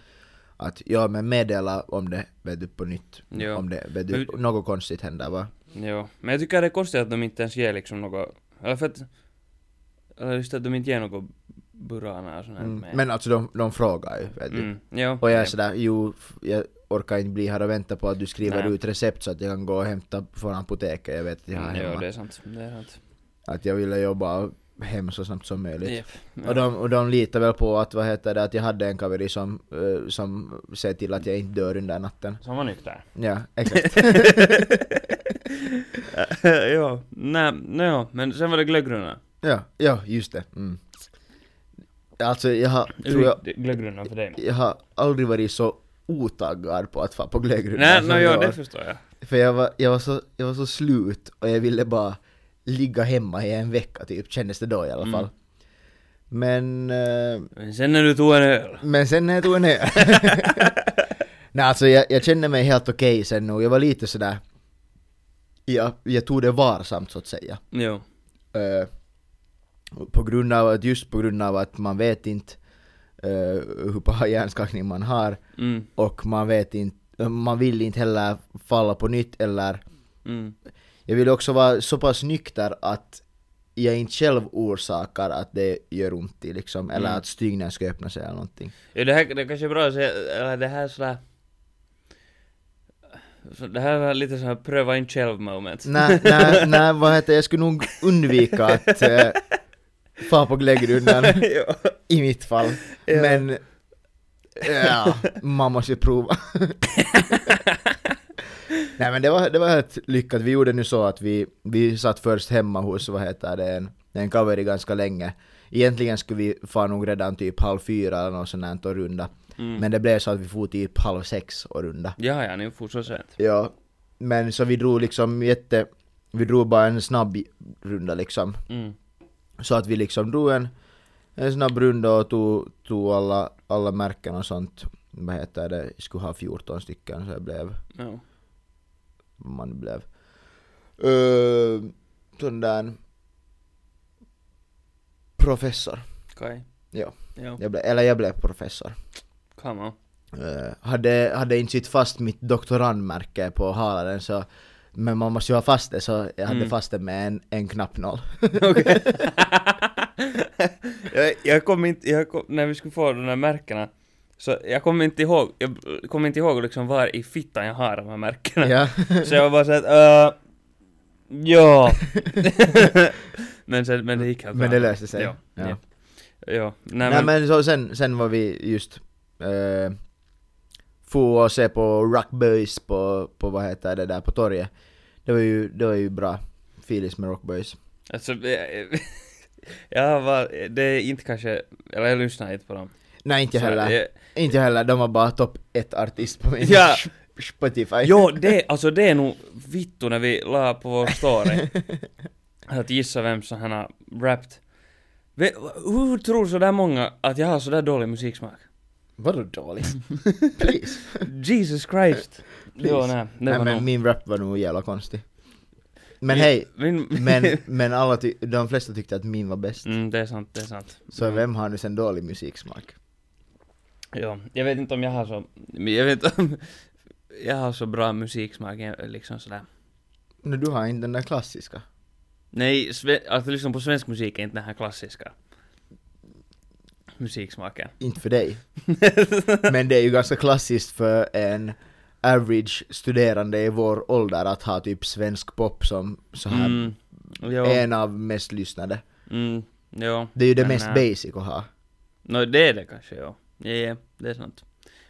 Speaker 3: att ja men meddela om det vet du på nytt.
Speaker 2: Ja.
Speaker 3: Om det vet du,
Speaker 2: Men-
Speaker 3: något konstigt händer va?
Speaker 2: Jo, men jag tycker det är konstigt att de inte ens ger liksom något, eller för att, eller just att de inte ger något burana och sånt här
Speaker 3: Mm.
Speaker 2: med.
Speaker 3: Men alltså de, de frågar ju vet du.
Speaker 2: mm, jo,
Speaker 3: Och jag är
Speaker 2: jep.
Speaker 3: sådär, jo f- jag orkar inte bli här och vänta på att du skriver
Speaker 2: Nej.
Speaker 3: ut recept så att jag kan gå och hämta från apoteket. Jag vet att jag har
Speaker 2: Mm, Jo,
Speaker 3: hemma.
Speaker 2: det är sant, det är sant.
Speaker 3: Att jag ville jobba hem så snabbt som möjligt.
Speaker 2: Jep.
Speaker 3: Och de, och de litar väl på att, vad heter det, att jag hade en kaveri som, eh, som ser till att jag inte dör under natten.
Speaker 2: Som var nykter.
Speaker 3: Ja, exakt.
Speaker 2: ja, nej, nej, ja. men sen var det glöggruna.
Speaker 3: ja, ja, just det. Mm. Alltså jag har, tror jag,
Speaker 2: Glöggruna för dig.
Speaker 3: jag har aldrig varit så otaggad på att få på glöggrunda
Speaker 2: Nej,
Speaker 3: som
Speaker 2: no,
Speaker 3: i
Speaker 2: jo,
Speaker 3: år.
Speaker 2: det förstår jag.
Speaker 3: För jag var, jag, var så, jag var så slut och jag ville bara ligga hemma i en vecka typ, kändes det då i alla fall.
Speaker 2: Mm.
Speaker 3: Men, eh,
Speaker 2: Men sen när du tog en öl.
Speaker 3: men sen när jag tog en öl. Nej alltså jag, jag kände mig helt okej sen nog, jag var lite sådär, jag, jag tog det varsamt så att säga.
Speaker 2: Jo.
Speaker 3: Eh, på grund av att, just på grund av att man vet inte eh, hur paha hjärnskakning man har
Speaker 2: Mm,
Speaker 3: och man vet inte, man vill inte heller falla på nytt eller
Speaker 2: mm,
Speaker 3: jag vill också vara så pass nykter att jag inte själv orsakar att det gör ont i liksom, eller
Speaker 2: Mm.
Speaker 3: att stygnen ska öppna sig eller någonting.
Speaker 2: Ja, det här det kanske är bra att säga, eller det här är sådär... Så det här är lite såhär pröva in själv moment.
Speaker 3: Nej, nej, nej, vad heter jag skulle nog undvika att eh, fara på glöggrundan
Speaker 2: ja.
Speaker 3: i mitt fall.
Speaker 2: Ja.
Speaker 3: Men, ja, man måste ju prova. nej men det var, det var helt lyckat, vi gjorde nu så att vi, vi satt först hemma hos, vad heter det, en, en cover ganska länge. Egentligen skulle vi fan nog redan typ halv fyra eller något sånt där och runda.
Speaker 2: Mm.
Speaker 3: Men det blev så att vi for typ halv sex och runda.
Speaker 2: Ja, ja, ni får så sent.
Speaker 3: Ja, men så vi drog liksom jätte... Vi drog bara en snabb runda liksom.
Speaker 2: Mm.
Speaker 3: Så att vi liksom drog en, en snabb runda och tog, tog alla, alla märken och sånt. Vad heter det? Jag skulle ha 14 stycken så jag blev...
Speaker 2: Ja.
Speaker 3: Vad man nu blev. Uh, sån där... Professor.
Speaker 2: Kai.
Speaker 3: Ja.
Speaker 2: Ja.
Speaker 3: Jag blev, eller jag blev professor.
Speaker 2: Come on.
Speaker 3: Eh, hade, hade inte sitt fast mitt doktorandmärke på halaren så men man måste ju ha fast det så jag hade
Speaker 2: Mm.
Speaker 3: fast det med en, en knappnål.
Speaker 2: jag, jag kom inte, jag kom, när vi skulle få de där märkena, så jag kommer inte ihåg, jag kommer inte ihåg liksom var i fittan jag har de här märkena.
Speaker 3: ja.
Speaker 2: Så jag var bara såhär att, uh, ja. men, sen, men det gick helt
Speaker 3: Men
Speaker 2: bra.
Speaker 3: det löste sig.
Speaker 2: Ja.
Speaker 3: Ja.
Speaker 2: ja. ja. Nej,
Speaker 3: Nej,
Speaker 2: men,
Speaker 3: men så sen, sen var vi just uh, få och se på Rockboys på, på vad heter det där på torget. Det var ju, det var ju bra. Filis med Rockboys.
Speaker 2: alltså, jag- jag var, det är inte kanske, eller jag lyssnar inte på dem.
Speaker 3: Nej inte
Speaker 2: Så
Speaker 3: heller.
Speaker 2: jag-
Speaker 3: Inte heller, de var bara topp ett artist på min
Speaker 2: Ja.
Speaker 3: Spotify.
Speaker 2: Jo, det, alltså det är nog vittu när vi la på vår story. att gissa vem som han har rappt. Ve- Hur tror sådär många att jag har sådär dålig musiksmak?
Speaker 3: Vadå dåligt? Please.
Speaker 2: Jesus Christ!
Speaker 3: Please.
Speaker 2: Jo, nej, det
Speaker 3: Nej,
Speaker 2: var
Speaker 3: men
Speaker 2: nog.
Speaker 3: min rap var nog jävla konstig. Men hej,
Speaker 2: Min...
Speaker 3: men, men alla ty- de flesta tyckte att min var bäst.
Speaker 2: Mm, det är sant, det är sant.
Speaker 3: Så vem har nu sen dålig musiksmak?
Speaker 2: Ja, jag vet inte om jag har så... men Jag vet inte om... Jag har så bra musiksmak, eh, liksom sådär.
Speaker 3: Nu du har inte den där klassiska.
Speaker 2: Nej, sve- att lyssna på svensk musik är inte den här klassiska musiksmaken.
Speaker 3: Inte för dig. Men det är ju ganska klassiskt för en average studerande i vår ålder att ha typ svensk pop som så här
Speaker 2: Mm, jo.
Speaker 3: en av mest lyssnade.
Speaker 2: Mm, jo.
Speaker 3: Det är ju det
Speaker 2: Men,
Speaker 3: mest
Speaker 2: äh,
Speaker 3: basic att ha.
Speaker 2: Nå det är det kanske, ja. Ja, ja, det är sant.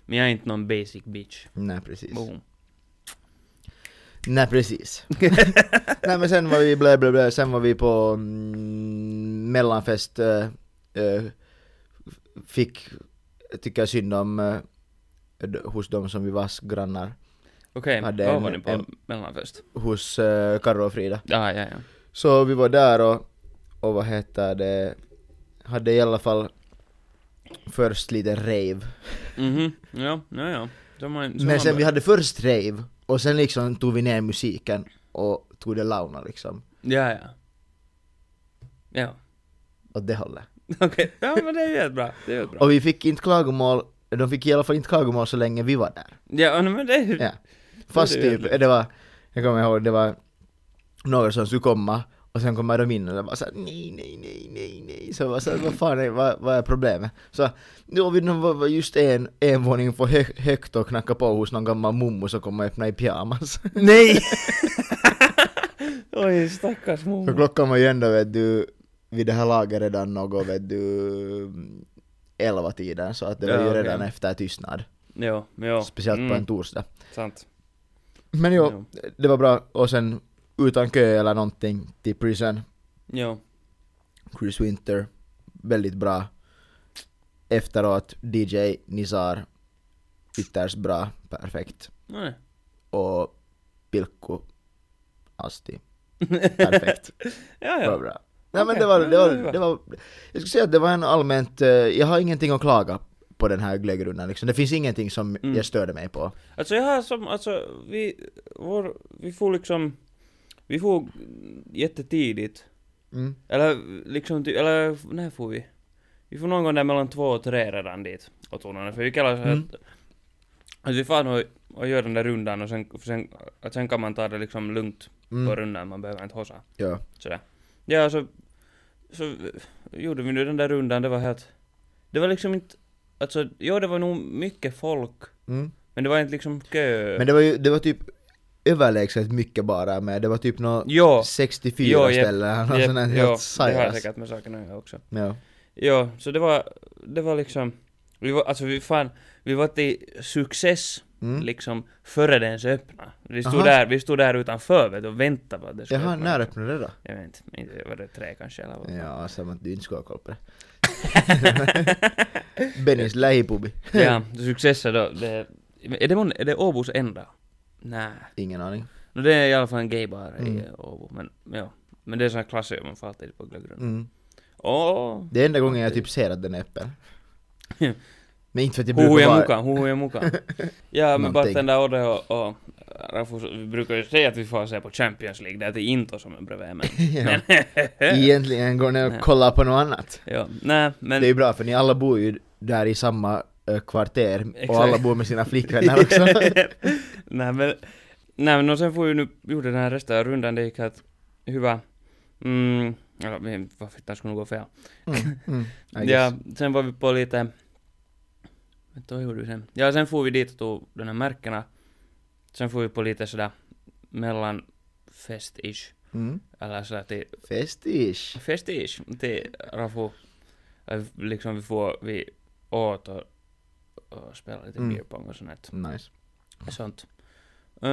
Speaker 2: Men jag är inte någon basic bitch.
Speaker 3: Nej precis.
Speaker 2: Boom.
Speaker 3: Nej precis. Nej men sen var vi blä, blä, blä, sen var vi på mm, mellanfest, eh, eh, fick tycka synd om eh, d- hos de som vi var grannar,
Speaker 2: Okej,
Speaker 3: Ja, det är
Speaker 2: vad
Speaker 3: en-
Speaker 2: var ni på
Speaker 3: en-
Speaker 2: mellanfest?
Speaker 3: hos eh, Karro och Frida.
Speaker 2: Ja, ja, ja.
Speaker 3: Så vi var där och, och vad heter det, hade i alla fall först lite rave.
Speaker 2: Mhm, ja, ja, ja. De har, de
Speaker 3: Men
Speaker 2: har
Speaker 3: sen vi hade först rave Och sen liksom tog vi ner musiken och tog det launa liksom.
Speaker 2: Ja, ja. Ja,
Speaker 3: Åt det hållet.
Speaker 2: okej. Ja, men det är ju jättebra. Det är jättebra.
Speaker 3: Och vi fick inte klagomål, de fick i alla fall inte klagomål så länge vi var där.
Speaker 2: Ja, nej, men det är ju...
Speaker 3: Ja. Fast
Speaker 2: Det är
Speaker 3: typ,
Speaker 2: jävligt.
Speaker 3: det var, jag kommer ihåg, det var några som skulle komma och sen kommer de in och de bara såhär nej, nej, nej, nej, nej. Så jag var såhär, vad fan är, vad, vad är problemet? Så nu har vi nu var var just en, en våning för hö, högt och knacka på hos någon gammal mummo som kommer och öppna i pyjamas.
Speaker 2: Nej! Oj, stackars
Speaker 3: För
Speaker 2: mormor.
Speaker 3: klockan var ju ändå vet du, vid det här laget redan något vet du, elva tiden så att det var
Speaker 2: Ja,
Speaker 3: ju
Speaker 2: okej.
Speaker 3: redan efter tystnad.
Speaker 2: Jo, men jo.
Speaker 3: Speciellt på en torsdag.
Speaker 2: Mm, Sant.
Speaker 3: Men jo, det var bra och sen utan kö eller någonting till Prison,
Speaker 2: Jo.
Speaker 3: Chris Winter, väldigt bra. Efteråt DJ Nizar, ytterst bra, perfekt.
Speaker 2: Nej.
Speaker 3: Och Pilkku, Asti, perfekt.
Speaker 2: Ja,
Speaker 3: Det var
Speaker 2: ja.
Speaker 3: bra. Nej men
Speaker 2: Okej,
Speaker 3: det var,
Speaker 2: men
Speaker 3: det
Speaker 2: det
Speaker 3: var,
Speaker 2: var-
Speaker 3: det var, jag skulle säga att det var en allmänt, eh, jag har ingenting att klaga på den här glöggrundan liksom. Det finns ingenting som
Speaker 2: Mm.
Speaker 3: jag störde mig på.
Speaker 2: Alltså jag har som, alltså vi, vår, vi får liksom, vi får jättetidigt.
Speaker 3: Mm.
Speaker 2: Eller liksom, ty, eller när får vi? Vi får någon gång där mellan två och tre redan dit, åtminstone. För vi kallar så här
Speaker 3: Mm.
Speaker 2: att, alltså vi får nog och gör den där rundan och sen, sen, att sen kan man ta det liksom lugnt på
Speaker 3: Mm.
Speaker 2: rundan, man behöver inte hossa.
Speaker 3: Ja.
Speaker 2: Sådär. Ja, så, så gjorde vi nu den där rundan, det var helt... Det var liksom inte... Alltså, ja det var nog mycket folk,
Speaker 3: Mm.
Speaker 2: men det var inte liksom kö.
Speaker 3: Men det var ju, det var typ överlägset mycket bara med, det var typ nå
Speaker 2: Jo,
Speaker 3: 64
Speaker 2: Jo, jep,
Speaker 3: ställen, någon
Speaker 2: jep,
Speaker 3: sån Alltså,
Speaker 2: jo,
Speaker 3: här helt
Speaker 2: det har
Speaker 3: sajras.
Speaker 2: säkert med saken att göra också.
Speaker 3: Ja.
Speaker 2: Ja, så det var, det var liksom... Vi var, alltså vi fan, vi var till success
Speaker 3: Mm.
Speaker 2: liksom före den så öppna. Vi stod,
Speaker 3: Aha.
Speaker 2: där, vi stod där utanför vet, du, och väntade på att det skulle
Speaker 3: Jaha,
Speaker 2: öppna.
Speaker 3: när öppnade det då?
Speaker 2: Jag vet inte, inte, var det tre kanske eller vad?
Speaker 3: Ja, som att du inte skulle ha koll på det. Bennys lähipubi.
Speaker 2: Ja, successer då. Det, är, det mån, är det Åbos enda? Nej.
Speaker 3: Ingen aning.
Speaker 2: No, det är i alla fall en gaybar i
Speaker 3: Mm.
Speaker 2: Åbo. Men, ja. men det är sån här klassiker man får alltid på glöggrund.
Speaker 3: Mm.
Speaker 2: Åh!
Speaker 3: Det är enda gången jag typ ser att den är öppen. Men inte för att jag brukar
Speaker 2: Hoho är
Speaker 3: vara-
Speaker 2: mukaan, hoho är mukaan. ja, men
Speaker 3: Någonting.
Speaker 2: bartender Odde och, och Rafus, vi brukar ju säga att vi får se på Champions League, det är inte som en bredvid men...
Speaker 3: Ja. Egentligen går ni och kollar på något annat.
Speaker 2: ja, nej, men...
Speaker 3: Det är ju bra för ni alla bor ju där i samma eh, kvarter
Speaker 2: Exakt.
Speaker 3: och alla bor med sina flickvänner också.
Speaker 2: nej men, nej men och sen får ju nu, gjorde den här resten av rundan, det gick helt hyvä. Mm, eller vi- vad fittan skulle nog gå fel.
Speaker 3: Mm, mm, I
Speaker 2: Ja,
Speaker 3: guess.
Speaker 2: sen var vi på lite... Vänta, vad gjorde vi sen? Ja, sen får vi dit och tog de här märkena. Sen får vi på lite sådär mellanfest-ish.
Speaker 3: Mm.
Speaker 2: Eller sådär till
Speaker 3: Festish.
Speaker 2: fest-ish. Till Rafu. Äh, Liksom vi får, vi åt och, och spelade lite
Speaker 3: Mm.
Speaker 2: beer pong och sånt. här.
Speaker 3: Nice.
Speaker 2: Sånt. Eh,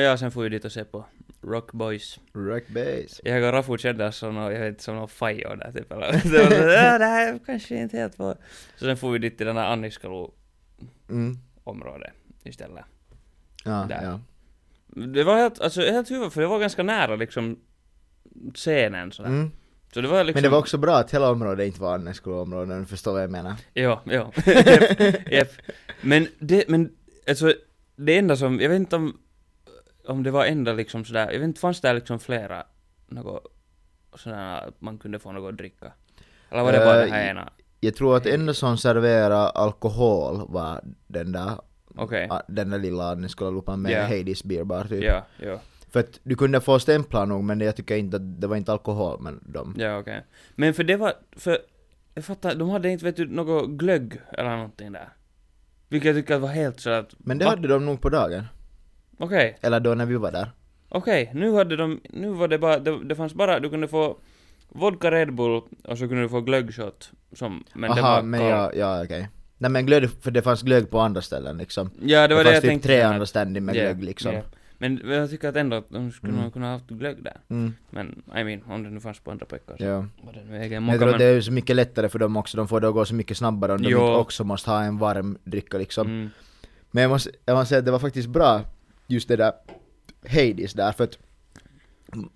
Speaker 2: ja, sen får vi dit och se på Rock Boys.
Speaker 3: Rock bass.
Speaker 2: Jag och Rafu kände oss som någon, jag vet inte, som någon fajor där typ eller Det var så, "Äh, det här är kanske inte helt vår. Så sen får vi dit till den här Anniskalo
Speaker 3: Mm.
Speaker 2: område istället.
Speaker 3: Ja,
Speaker 2: Där.
Speaker 3: ja.
Speaker 2: Det var helt, alltså helt huvud för det var ganska nära liksom scenen sådär.
Speaker 3: Mm.
Speaker 2: Så det var liksom...
Speaker 3: Men det var också bra att hela området inte var Anneskoleområdet, om du förstår vad jag menar.
Speaker 2: Ja, ja. Japp, japp. Men det, men alltså det enda som, jag vet inte om, om det var enda liksom sådär, jag vet inte, fanns det liksom flera, något sådana att man kunde få något att dricka? Eller var det bara det här
Speaker 3: Eh,
Speaker 2: ena?
Speaker 3: Jag tror att enda som serverade alkohol var den där,
Speaker 2: Okej.
Speaker 3: a- den där lilla Anneskolelupan med
Speaker 2: Eh. Ja.
Speaker 3: Hades Beer Bar typ.
Speaker 2: Ja, ja.
Speaker 3: För att du kunde få stämpla nog men jag tycker inte att det var inte alkohol men de...
Speaker 2: Ja, okej. Men för det var, för, jag fattar, de hade inte vet du något glögg eller någonting där. Vilket jag tycker var helt så att,
Speaker 3: Men det
Speaker 2: Va?
Speaker 3: hade de nog på dagen.
Speaker 2: okej,
Speaker 3: Eller då när vi var där.
Speaker 2: okej, nu hade de, nu var det bara, det, det fanns bara, du kunde få vodka Red Bull och så kunde du få glöggshot som, men det
Speaker 3: Aha,
Speaker 2: var
Speaker 3: men
Speaker 2: kall.
Speaker 3: ja, ja okej. Nej men glögg, för det fanns glögg på andra ställen liksom.
Speaker 2: Ja, det var det,
Speaker 3: fanns
Speaker 2: jag
Speaker 3: typ
Speaker 2: tänkte.
Speaker 3: tre
Speaker 2: att-
Speaker 3: andra ställen med
Speaker 2: ja,
Speaker 3: glögg liksom.
Speaker 2: ja. Men jag tycker att ändå att de skulle
Speaker 3: Mm.
Speaker 2: nog kunna haft glögg där.
Speaker 3: Mm,
Speaker 2: Men, I mean, om det nu fanns på andra pojkar så
Speaker 3: ja.
Speaker 2: var det nu egen
Speaker 3: Men jag
Speaker 2: mocka,
Speaker 3: tror att
Speaker 2: men...
Speaker 3: det är så mycket lättare för dem också, de får det att gå så mycket snabbare om de
Speaker 2: Jo.
Speaker 3: inte också måste ha en varm drycka liksom.
Speaker 2: Mm.
Speaker 3: Men jag måste, jag måste säga att det var faktiskt bra, just det där Hades där, för att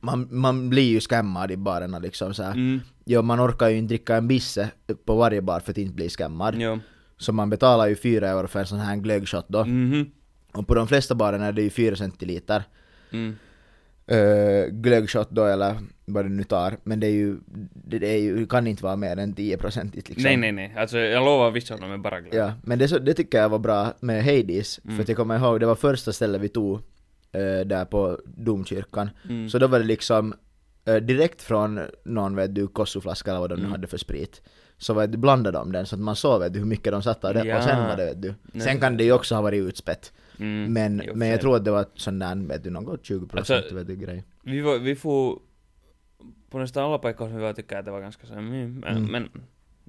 Speaker 3: man, man blir ju skämmad i barerna liksom så här.
Speaker 2: Mm.
Speaker 3: Jo, man orkar ju inte dricka en bisse på varje bar för att inte bli skämmad.
Speaker 2: Jo.
Speaker 3: Så man betalar ju fyra euro för en sån här glöggshot då.
Speaker 2: Mhm.
Speaker 3: Och på de flesta barerna är det ju 4 centiliter
Speaker 2: Mm.
Speaker 3: uh, glöggshot då eller vad du nu tar. Men det är ju, det, det är ju, det kan inte vara mer än 10% liksom.
Speaker 2: Nej, nej, nej. Alltså jag lovar vissa av dem är bara glögg.
Speaker 3: Ja, men det, så, det tycker jag var bra med Hades,
Speaker 2: Mm.
Speaker 3: för att jag kommer ihåg, det var första stället vi tog eh, där på domkyrkan.
Speaker 2: Mm.
Speaker 3: Så då var det liksom eh, direkt från någon vet du, kossoflaska eller vad de
Speaker 2: Mm.
Speaker 3: nu hade för sprit. Så vet du, blandade de den så att man såg vet du, hur mycket de satte av det, och sen
Speaker 2: Ja.
Speaker 3: var det vet du. Sen kan det ju också ha varit utspätt.
Speaker 2: Mm.
Speaker 3: Men,
Speaker 2: Jo,
Speaker 3: men jag
Speaker 2: fair.
Speaker 3: tror att det var sån där vet du, något 20%
Speaker 2: Alltså-
Speaker 3: vet du, grej.
Speaker 2: Vi, var, vi får på nästan alla paikkoja som vi var tycker att det var ganska så här, mm, men, men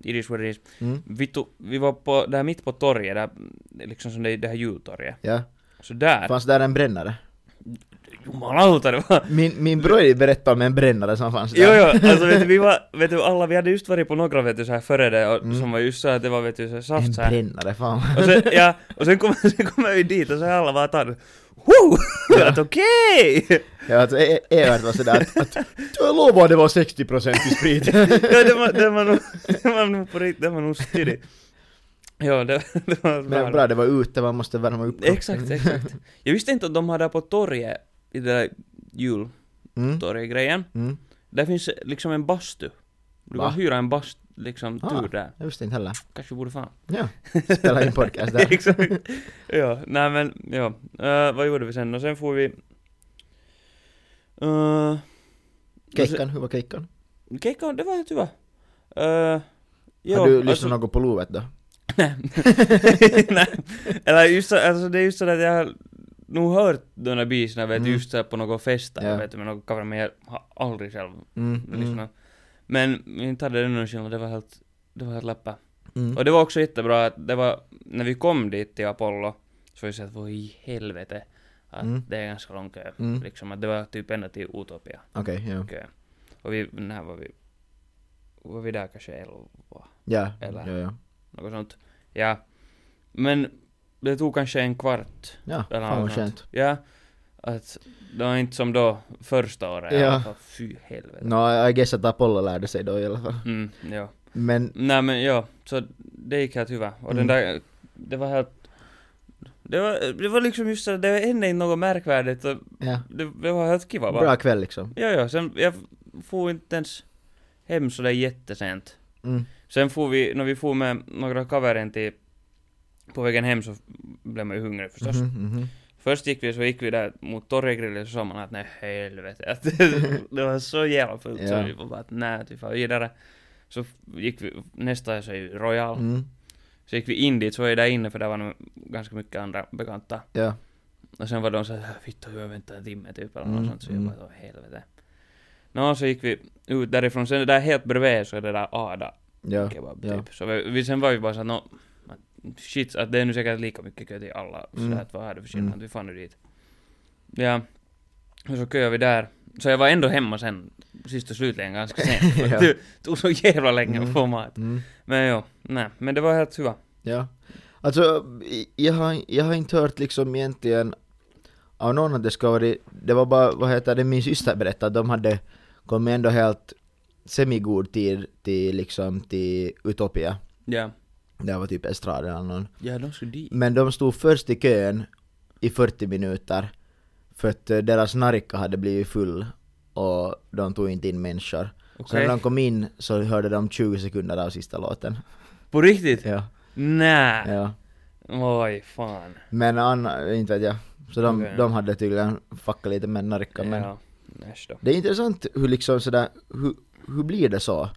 Speaker 2: it is what it is.
Speaker 3: Mm.
Speaker 2: Vi, tog, vi var på, där mitt på torget, där, liksom som det, det här jultorget.
Speaker 3: Ja.
Speaker 2: Så där,
Speaker 3: Fanns där en brännare?
Speaker 2: jumalauta det var!
Speaker 3: Min, min bror berättade om en brännare som fanns där.
Speaker 2: Jo, jo, alltså vet du, vi var, vet du, alla, vi hade just varit på några vet du så här före det och som var just så här, det var vet du så här,
Speaker 3: Mm. En
Speaker 2: saft så här.
Speaker 3: brännare, fan vad-
Speaker 2: Och sen, ja, och sen kommer sen kommer vi dit och så här alla bara tar Woo! Att okej!
Speaker 3: Ja, att E- Evert var sådär att, att jag lovar det var 60% i sprit.
Speaker 2: Ja, det var, det var nog, det var nog på riktigt, det var nog stiligt. Ja, det, det var
Speaker 3: Men bra, det var ute, man måste värma upp. kroppen.
Speaker 2: Exakt, exakt. Jag visste inte att de hade på torget, i den där
Speaker 3: Mm.
Speaker 2: jultorget-grejen,
Speaker 3: Mm.
Speaker 2: där finns liksom en bastu. Du
Speaker 3: Va?
Speaker 2: kan hyra en bast, liksom,
Speaker 3: Ah.
Speaker 2: tur där.
Speaker 3: Jag visste inte heller.
Speaker 2: Kanske borde fan.
Speaker 3: Ja, spela in podcast där.
Speaker 2: Exakt. Ja, nej men, ja. Eh, vad gjorde vi sen? Och sen får vi... Uh,
Speaker 3: Keikan, hur var keikan?
Speaker 2: Keikka, det var helt hyvä. Uh,
Speaker 3: Har du lyssnat något på Lovet då?
Speaker 2: Nej. Eller just så, alltså det är just så att jag har nog hört de där biserna vet
Speaker 3: Mm.
Speaker 2: just så här på någon fest där,
Speaker 3: Ja.
Speaker 2: vet du, med någon cover, men jag har aldrig själv
Speaker 3: Mm, mm,
Speaker 2: lyssnat. Men inte hade det någon skillnad, det var helt, det var helt läppa.
Speaker 3: mm.
Speaker 2: Och det var också jättebra att det var, när vi kom dit till Apollo, så var det så att vad i helvete, att
Speaker 3: Mm.
Speaker 2: det är ganska lång kö.
Speaker 3: Mm.
Speaker 2: Liksom att det var typ ända till Utopia
Speaker 3: Okej, ja.
Speaker 2: kö. Och vi, när var vi, var vi där kanske elva?
Speaker 3: Ja,
Speaker 2: Eller-
Speaker 3: ja, ja.
Speaker 2: Något sånt. Ja. Men det tog kanske en kvart.
Speaker 3: Ja,
Speaker 2: Eller
Speaker 3: fan vad
Speaker 2: något.
Speaker 3: skönt.
Speaker 2: Ja. Att det var inte som då första året.
Speaker 3: Ja.
Speaker 2: i alla fall. Fy helvete.
Speaker 3: No, I guess att Apollo lärde sig då i alla fall.
Speaker 2: Mm, ja.
Speaker 3: Men,
Speaker 2: Nej men ja, så det gick helt hyvä. Och den
Speaker 3: Mm.
Speaker 2: där, det var helt... Det var, det var liksom just så, det var ändå inte något märkvärdigt. och
Speaker 3: ja.
Speaker 2: Det, det var helt kiva bara.
Speaker 3: Bra kväll liksom.
Speaker 2: Ja, ja, sen jag får inte ens hem sådär jättesent.
Speaker 3: Mm.
Speaker 2: Sen får vi, när vi får med några kaverin till, på vägen hem så blev man ju hungrig förstås.
Speaker 3: Mhm, mhm.
Speaker 2: Först gick vi, så gick vi där mot torggrillen så sa man att nej helvete, att det var så jävla fullt så
Speaker 3: Ja.
Speaker 2: vi var bara att nej, vi far vidare. Så gick vi, nästa så är ju Royal.
Speaker 3: Mm.
Speaker 2: Så gick vi in dit, så var jag där inne för där var nog ganska mycket andra bekanta.
Speaker 3: Ja.
Speaker 2: Och sen var de så här, "Äh, vittu jag väntar en timme typ eller
Speaker 3: Mm,
Speaker 2: något sånt, så jag
Speaker 3: mm.
Speaker 2: bara, åh helvete. Nå, så gick vi ut därifrån, sen där helt bredvid så är det där Ada
Speaker 3: Ja.
Speaker 2: kebab
Speaker 3: ja.
Speaker 2: typ. Så vi, vi, sen var vi bara såhär, nå, att shit, att det är nu säkert lika mycket kö till alla. Så
Speaker 3: Mm.
Speaker 2: att vad är det för
Speaker 3: Mm.
Speaker 2: skillnad, vi fan nu dit. Ja, och så köade vi där. Så jag var ändå hemma sen, sist och slutligen ganska sent. för
Speaker 3: Ja.
Speaker 2: Det tog så jävla länge
Speaker 3: Mm.
Speaker 2: att få mat.
Speaker 3: Mm.
Speaker 2: Men jo, nej, men det var helt hyvä.
Speaker 3: Ja. Alltså, i- jag har, jag har inte hört liksom egentligen av någon att det ska vara Det var bara, vad heter det, min syster berättade att de hade kommit ändå helt semigod tid till liksom till Utopia.
Speaker 2: Ja.
Speaker 3: Det var typ Estrada eller någon.
Speaker 2: Ja, de skulle dit.
Speaker 3: Men de stod först i kön i 40 minuter för att eh, deras narka hade blivit full och de tog inte in människor. Så när
Speaker 2: Okej.
Speaker 3: de kom in så hörde de 20 sekunder av sista låten.
Speaker 2: På riktigt?
Speaker 3: Ja.
Speaker 2: Nä!
Speaker 3: ja.
Speaker 2: Oj, fan.
Speaker 3: Men Anna, inte vet jag. Så de,
Speaker 2: Okej.
Speaker 3: de hade tydligen fuckat lite med narka men
Speaker 2: Ja. Äsch då.
Speaker 3: Det är intressant hur liksom sådär, hur, hur blir det så?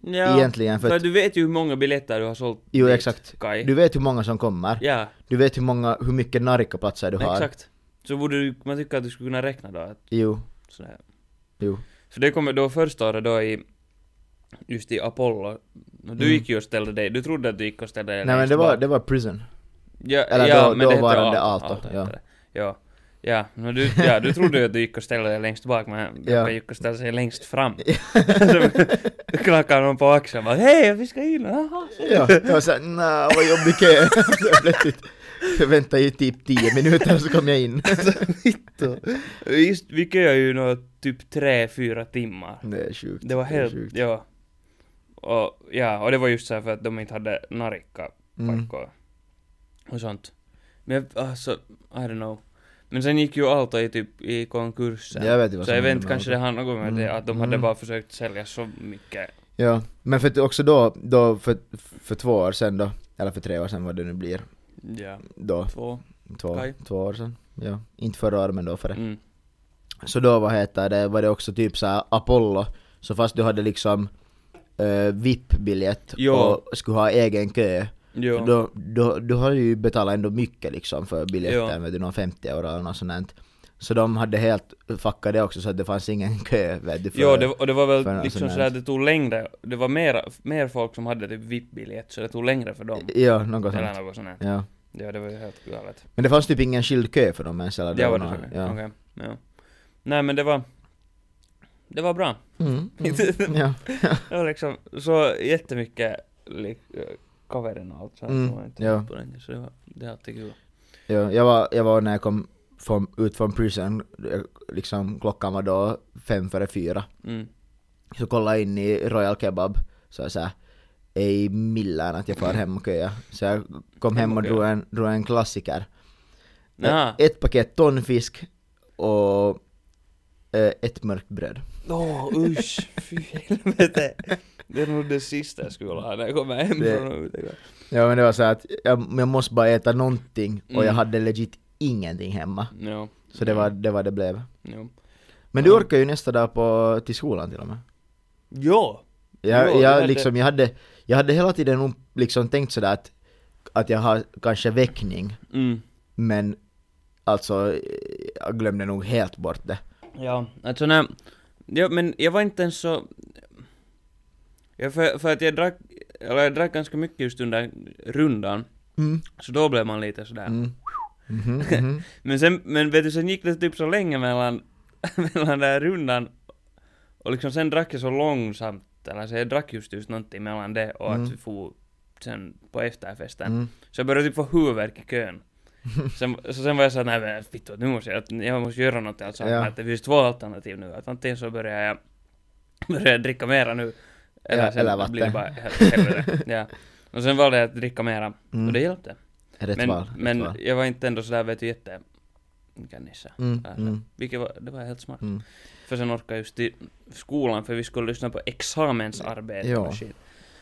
Speaker 2: Ja,
Speaker 3: Egentligen för
Speaker 2: för
Speaker 3: att-
Speaker 2: du vet ju hur många biljetter du har sålt
Speaker 3: Jo
Speaker 2: dit,
Speaker 3: exakt.
Speaker 2: Kai.
Speaker 3: Du vet hur många som kommer.
Speaker 2: Ja,
Speaker 3: Du vet hur många, hur mycket narkoplatser du har.
Speaker 2: exakt. Så borde du, man tycka att du skulle kunna räkna då. Att,
Speaker 3: Jo,
Speaker 2: sådär.
Speaker 3: jo.
Speaker 2: Så det kommer då första året då i, just i Apollo. Och Du
Speaker 3: Mm.
Speaker 2: gick ju och ställde dig, du trodde att du gick och ställde dig
Speaker 3: Nej men
Speaker 2: längst
Speaker 3: det var,
Speaker 2: bak.
Speaker 3: det var prison.
Speaker 2: ja,
Speaker 3: eller
Speaker 2: ja,
Speaker 3: då-
Speaker 2: men det
Speaker 3: dåvarande
Speaker 2: hette
Speaker 3: Aalto, ja.
Speaker 2: hette det. Ja. Ja, men du, ja, du trodde ju att du gick och ställde dig längst bak men
Speaker 3: Ja.
Speaker 2: ja. gick och ställde sig längst fram. så knackade någon på axeln bara hej vi ska in, jaha.
Speaker 3: Ja, jag var såhär, nja vad jobbig kö. Så Plötsligt. Jag väntade ju typ 10 minuter så kom jag in.
Speaker 2: Just, vi köade ju nå typ tre, fyra timmar.
Speaker 3: Det är sjukt.
Speaker 2: Det var
Speaker 3: är
Speaker 2: helt,
Speaker 3: sjukt.
Speaker 2: ja. Och, ja, och det var just så här för att de inte hade narikka
Speaker 3: Mm.
Speaker 2: och sånt. Men jag, alltså, I don't know. Men sen gick ju Aalto i typ i konkursen.
Speaker 3: Jag vet inte vad
Speaker 2: så
Speaker 3: som
Speaker 2: jag vet
Speaker 3: hände
Speaker 2: inte,
Speaker 3: med
Speaker 2: kanske det
Speaker 3: Aalto.
Speaker 2: har något med
Speaker 3: Mm.
Speaker 2: det att de hade
Speaker 3: Mm.
Speaker 2: bara försökt sälja så mycket.
Speaker 3: Ja, men för att också då, då för, för två år sedan då, eller för tre år sedan vad det nu blir,
Speaker 2: Ja,
Speaker 3: då,
Speaker 2: två.
Speaker 3: två,
Speaker 2: Kaj.
Speaker 3: två år sedan. Ja, inte förra året men då för det.
Speaker 2: Mm.
Speaker 3: Så då, vad heter det, var det också typ så här Apollo, så fast du hade liksom eh, VIP-biljett
Speaker 2: Jo.
Speaker 3: och skulle ha egen kö,
Speaker 2: Jo.
Speaker 3: så då, då, då har du ju betalat ändå mycket liksom för
Speaker 2: Jo.
Speaker 3: biljetten, vet du, någon 50 euro eller något sånt där. Så de hade helt fuckat det också så att det fanns ingen kö vet du. För,
Speaker 2: Ja, det, var- och det var
Speaker 3: för
Speaker 2: väl
Speaker 3: någon
Speaker 2: liksom
Speaker 3: sån här-
Speaker 2: sådär, det tog längre, det var mer, mer folk som hade typ VIP-biljett, så det tog längre för dem.
Speaker 3: Ja, något sånt.
Speaker 2: Eller något sånt. här.
Speaker 3: Ja.
Speaker 2: Ja, det var ju helt galet.
Speaker 3: Men det fanns typ ingen skild kö för dem ens eller?
Speaker 2: Det var det
Speaker 3: någon-
Speaker 2: säkert.
Speaker 3: ja.
Speaker 2: Okej, ja. Nej men det var, det var bra.
Speaker 3: Mm, mm, ja.
Speaker 2: Det var liksom så jättemycket lik, coveren och allt så här
Speaker 3: Mm,
Speaker 2: som var inte
Speaker 3: ja.
Speaker 2: på den, så det var, det var alltid kul.
Speaker 3: Ja, jag, var, jag var när jag kom från, ut från prison, eh, liksom klockan var då fem före fyra.
Speaker 2: Mm.
Speaker 3: Så kollade jag in i Royal Kebab, så jag såhär, ej millan att jag far hem och köa. Så jag kom
Speaker 2: Hem
Speaker 3: hem och
Speaker 2: och
Speaker 3: drog en, drog en klassiker. Eh,
Speaker 2: Jaha.
Speaker 3: Ett paket tonfisk och eh, ett mörkt bröd.
Speaker 2: Åh usch, fy helvete. Det är nog det sista jag skulle vilja ha när jag kommer hem
Speaker 3: Det-
Speaker 2: från utegården.
Speaker 3: Ja men det var så att jag, jag måste bara äta någonting och jag
Speaker 2: Mm.
Speaker 3: hade legit ingenting hemma.
Speaker 2: Ja.
Speaker 3: Så det var det var det blev.
Speaker 2: Ja.
Speaker 3: Men du
Speaker 2: Mm.
Speaker 3: orkar ju nästa dag på, till skolan till och med.
Speaker 2: ja.
Speaker 3: Jag,
Speaker 2: Jo, det
Speaker 3: jag,
Speaker 2: hade-
Speaker 3: liksom, jag, hade, jag hade hela tiden nog liksom tänkt sådär att, att jag har kanske väckning,
Speaker 2: Mm.
Speaker 3: men alltså eh, jag glömde nog helt bort det.
Speaker 2: Ja, alltså när... Ja, men jag var inte ens så... Ja, för, för att jag drack, eller jag drack ganska mycket just under rundan,
Speaker 3: Mm.
Speaker 2: så då blev man lite sådär.
Speaker 3: Mm. Mhm, mhm.
Speaker 2: Men sen, men vet du, sen gick det typ så länge mellan, mellan den här rundan, och liksom sen drack jag så långsamt, eller så jag drack just just någonting mellan det och att
Speaker 3: Mm.
Speaker 2: vi for sen på efterfesten.
Speaker 3: Mm.
Speaker 2: Så jag började typ få huvudvärk i kön. Sen, så sen var jag såhär, nej men fitto, nu måste jag, jag måste göra något åt saken.
Speaker 3: Ja.
Speaker 2: Att det finns två alternativ nu. Att antingen så börjar jag, börjar jag dricka mera nu. Eller
Speaker 3: Ja,
Speaker 2: sen
Speaker 3: eller vatten.
Speaker 2: blir det bara helt helvete. ja. Och sen valde jag att dricka mera. Och
Speaker 3: Mm.
Speaker 2: det hjälpte.
Speaker 3: Rätt
Speaker 2: men
Speaker 3: val. rätt
Speaker 2: men
Speaker 3: val.
Speaker 2: jag var inte ändå sådär, vet du, jätte... Vilken nisse.
Speaker 3: Mm,
Speaker 2: Alltså,
Speaker 3: mm,
Speaker 2: Vilket var, det var helt smart.
Speaker 3: mm.
Speaker 2: För sen orkade jag just till skolan för vi skulle lyssna på examensarbete
Speaker 3: Ja.
Speaker 2: och shit.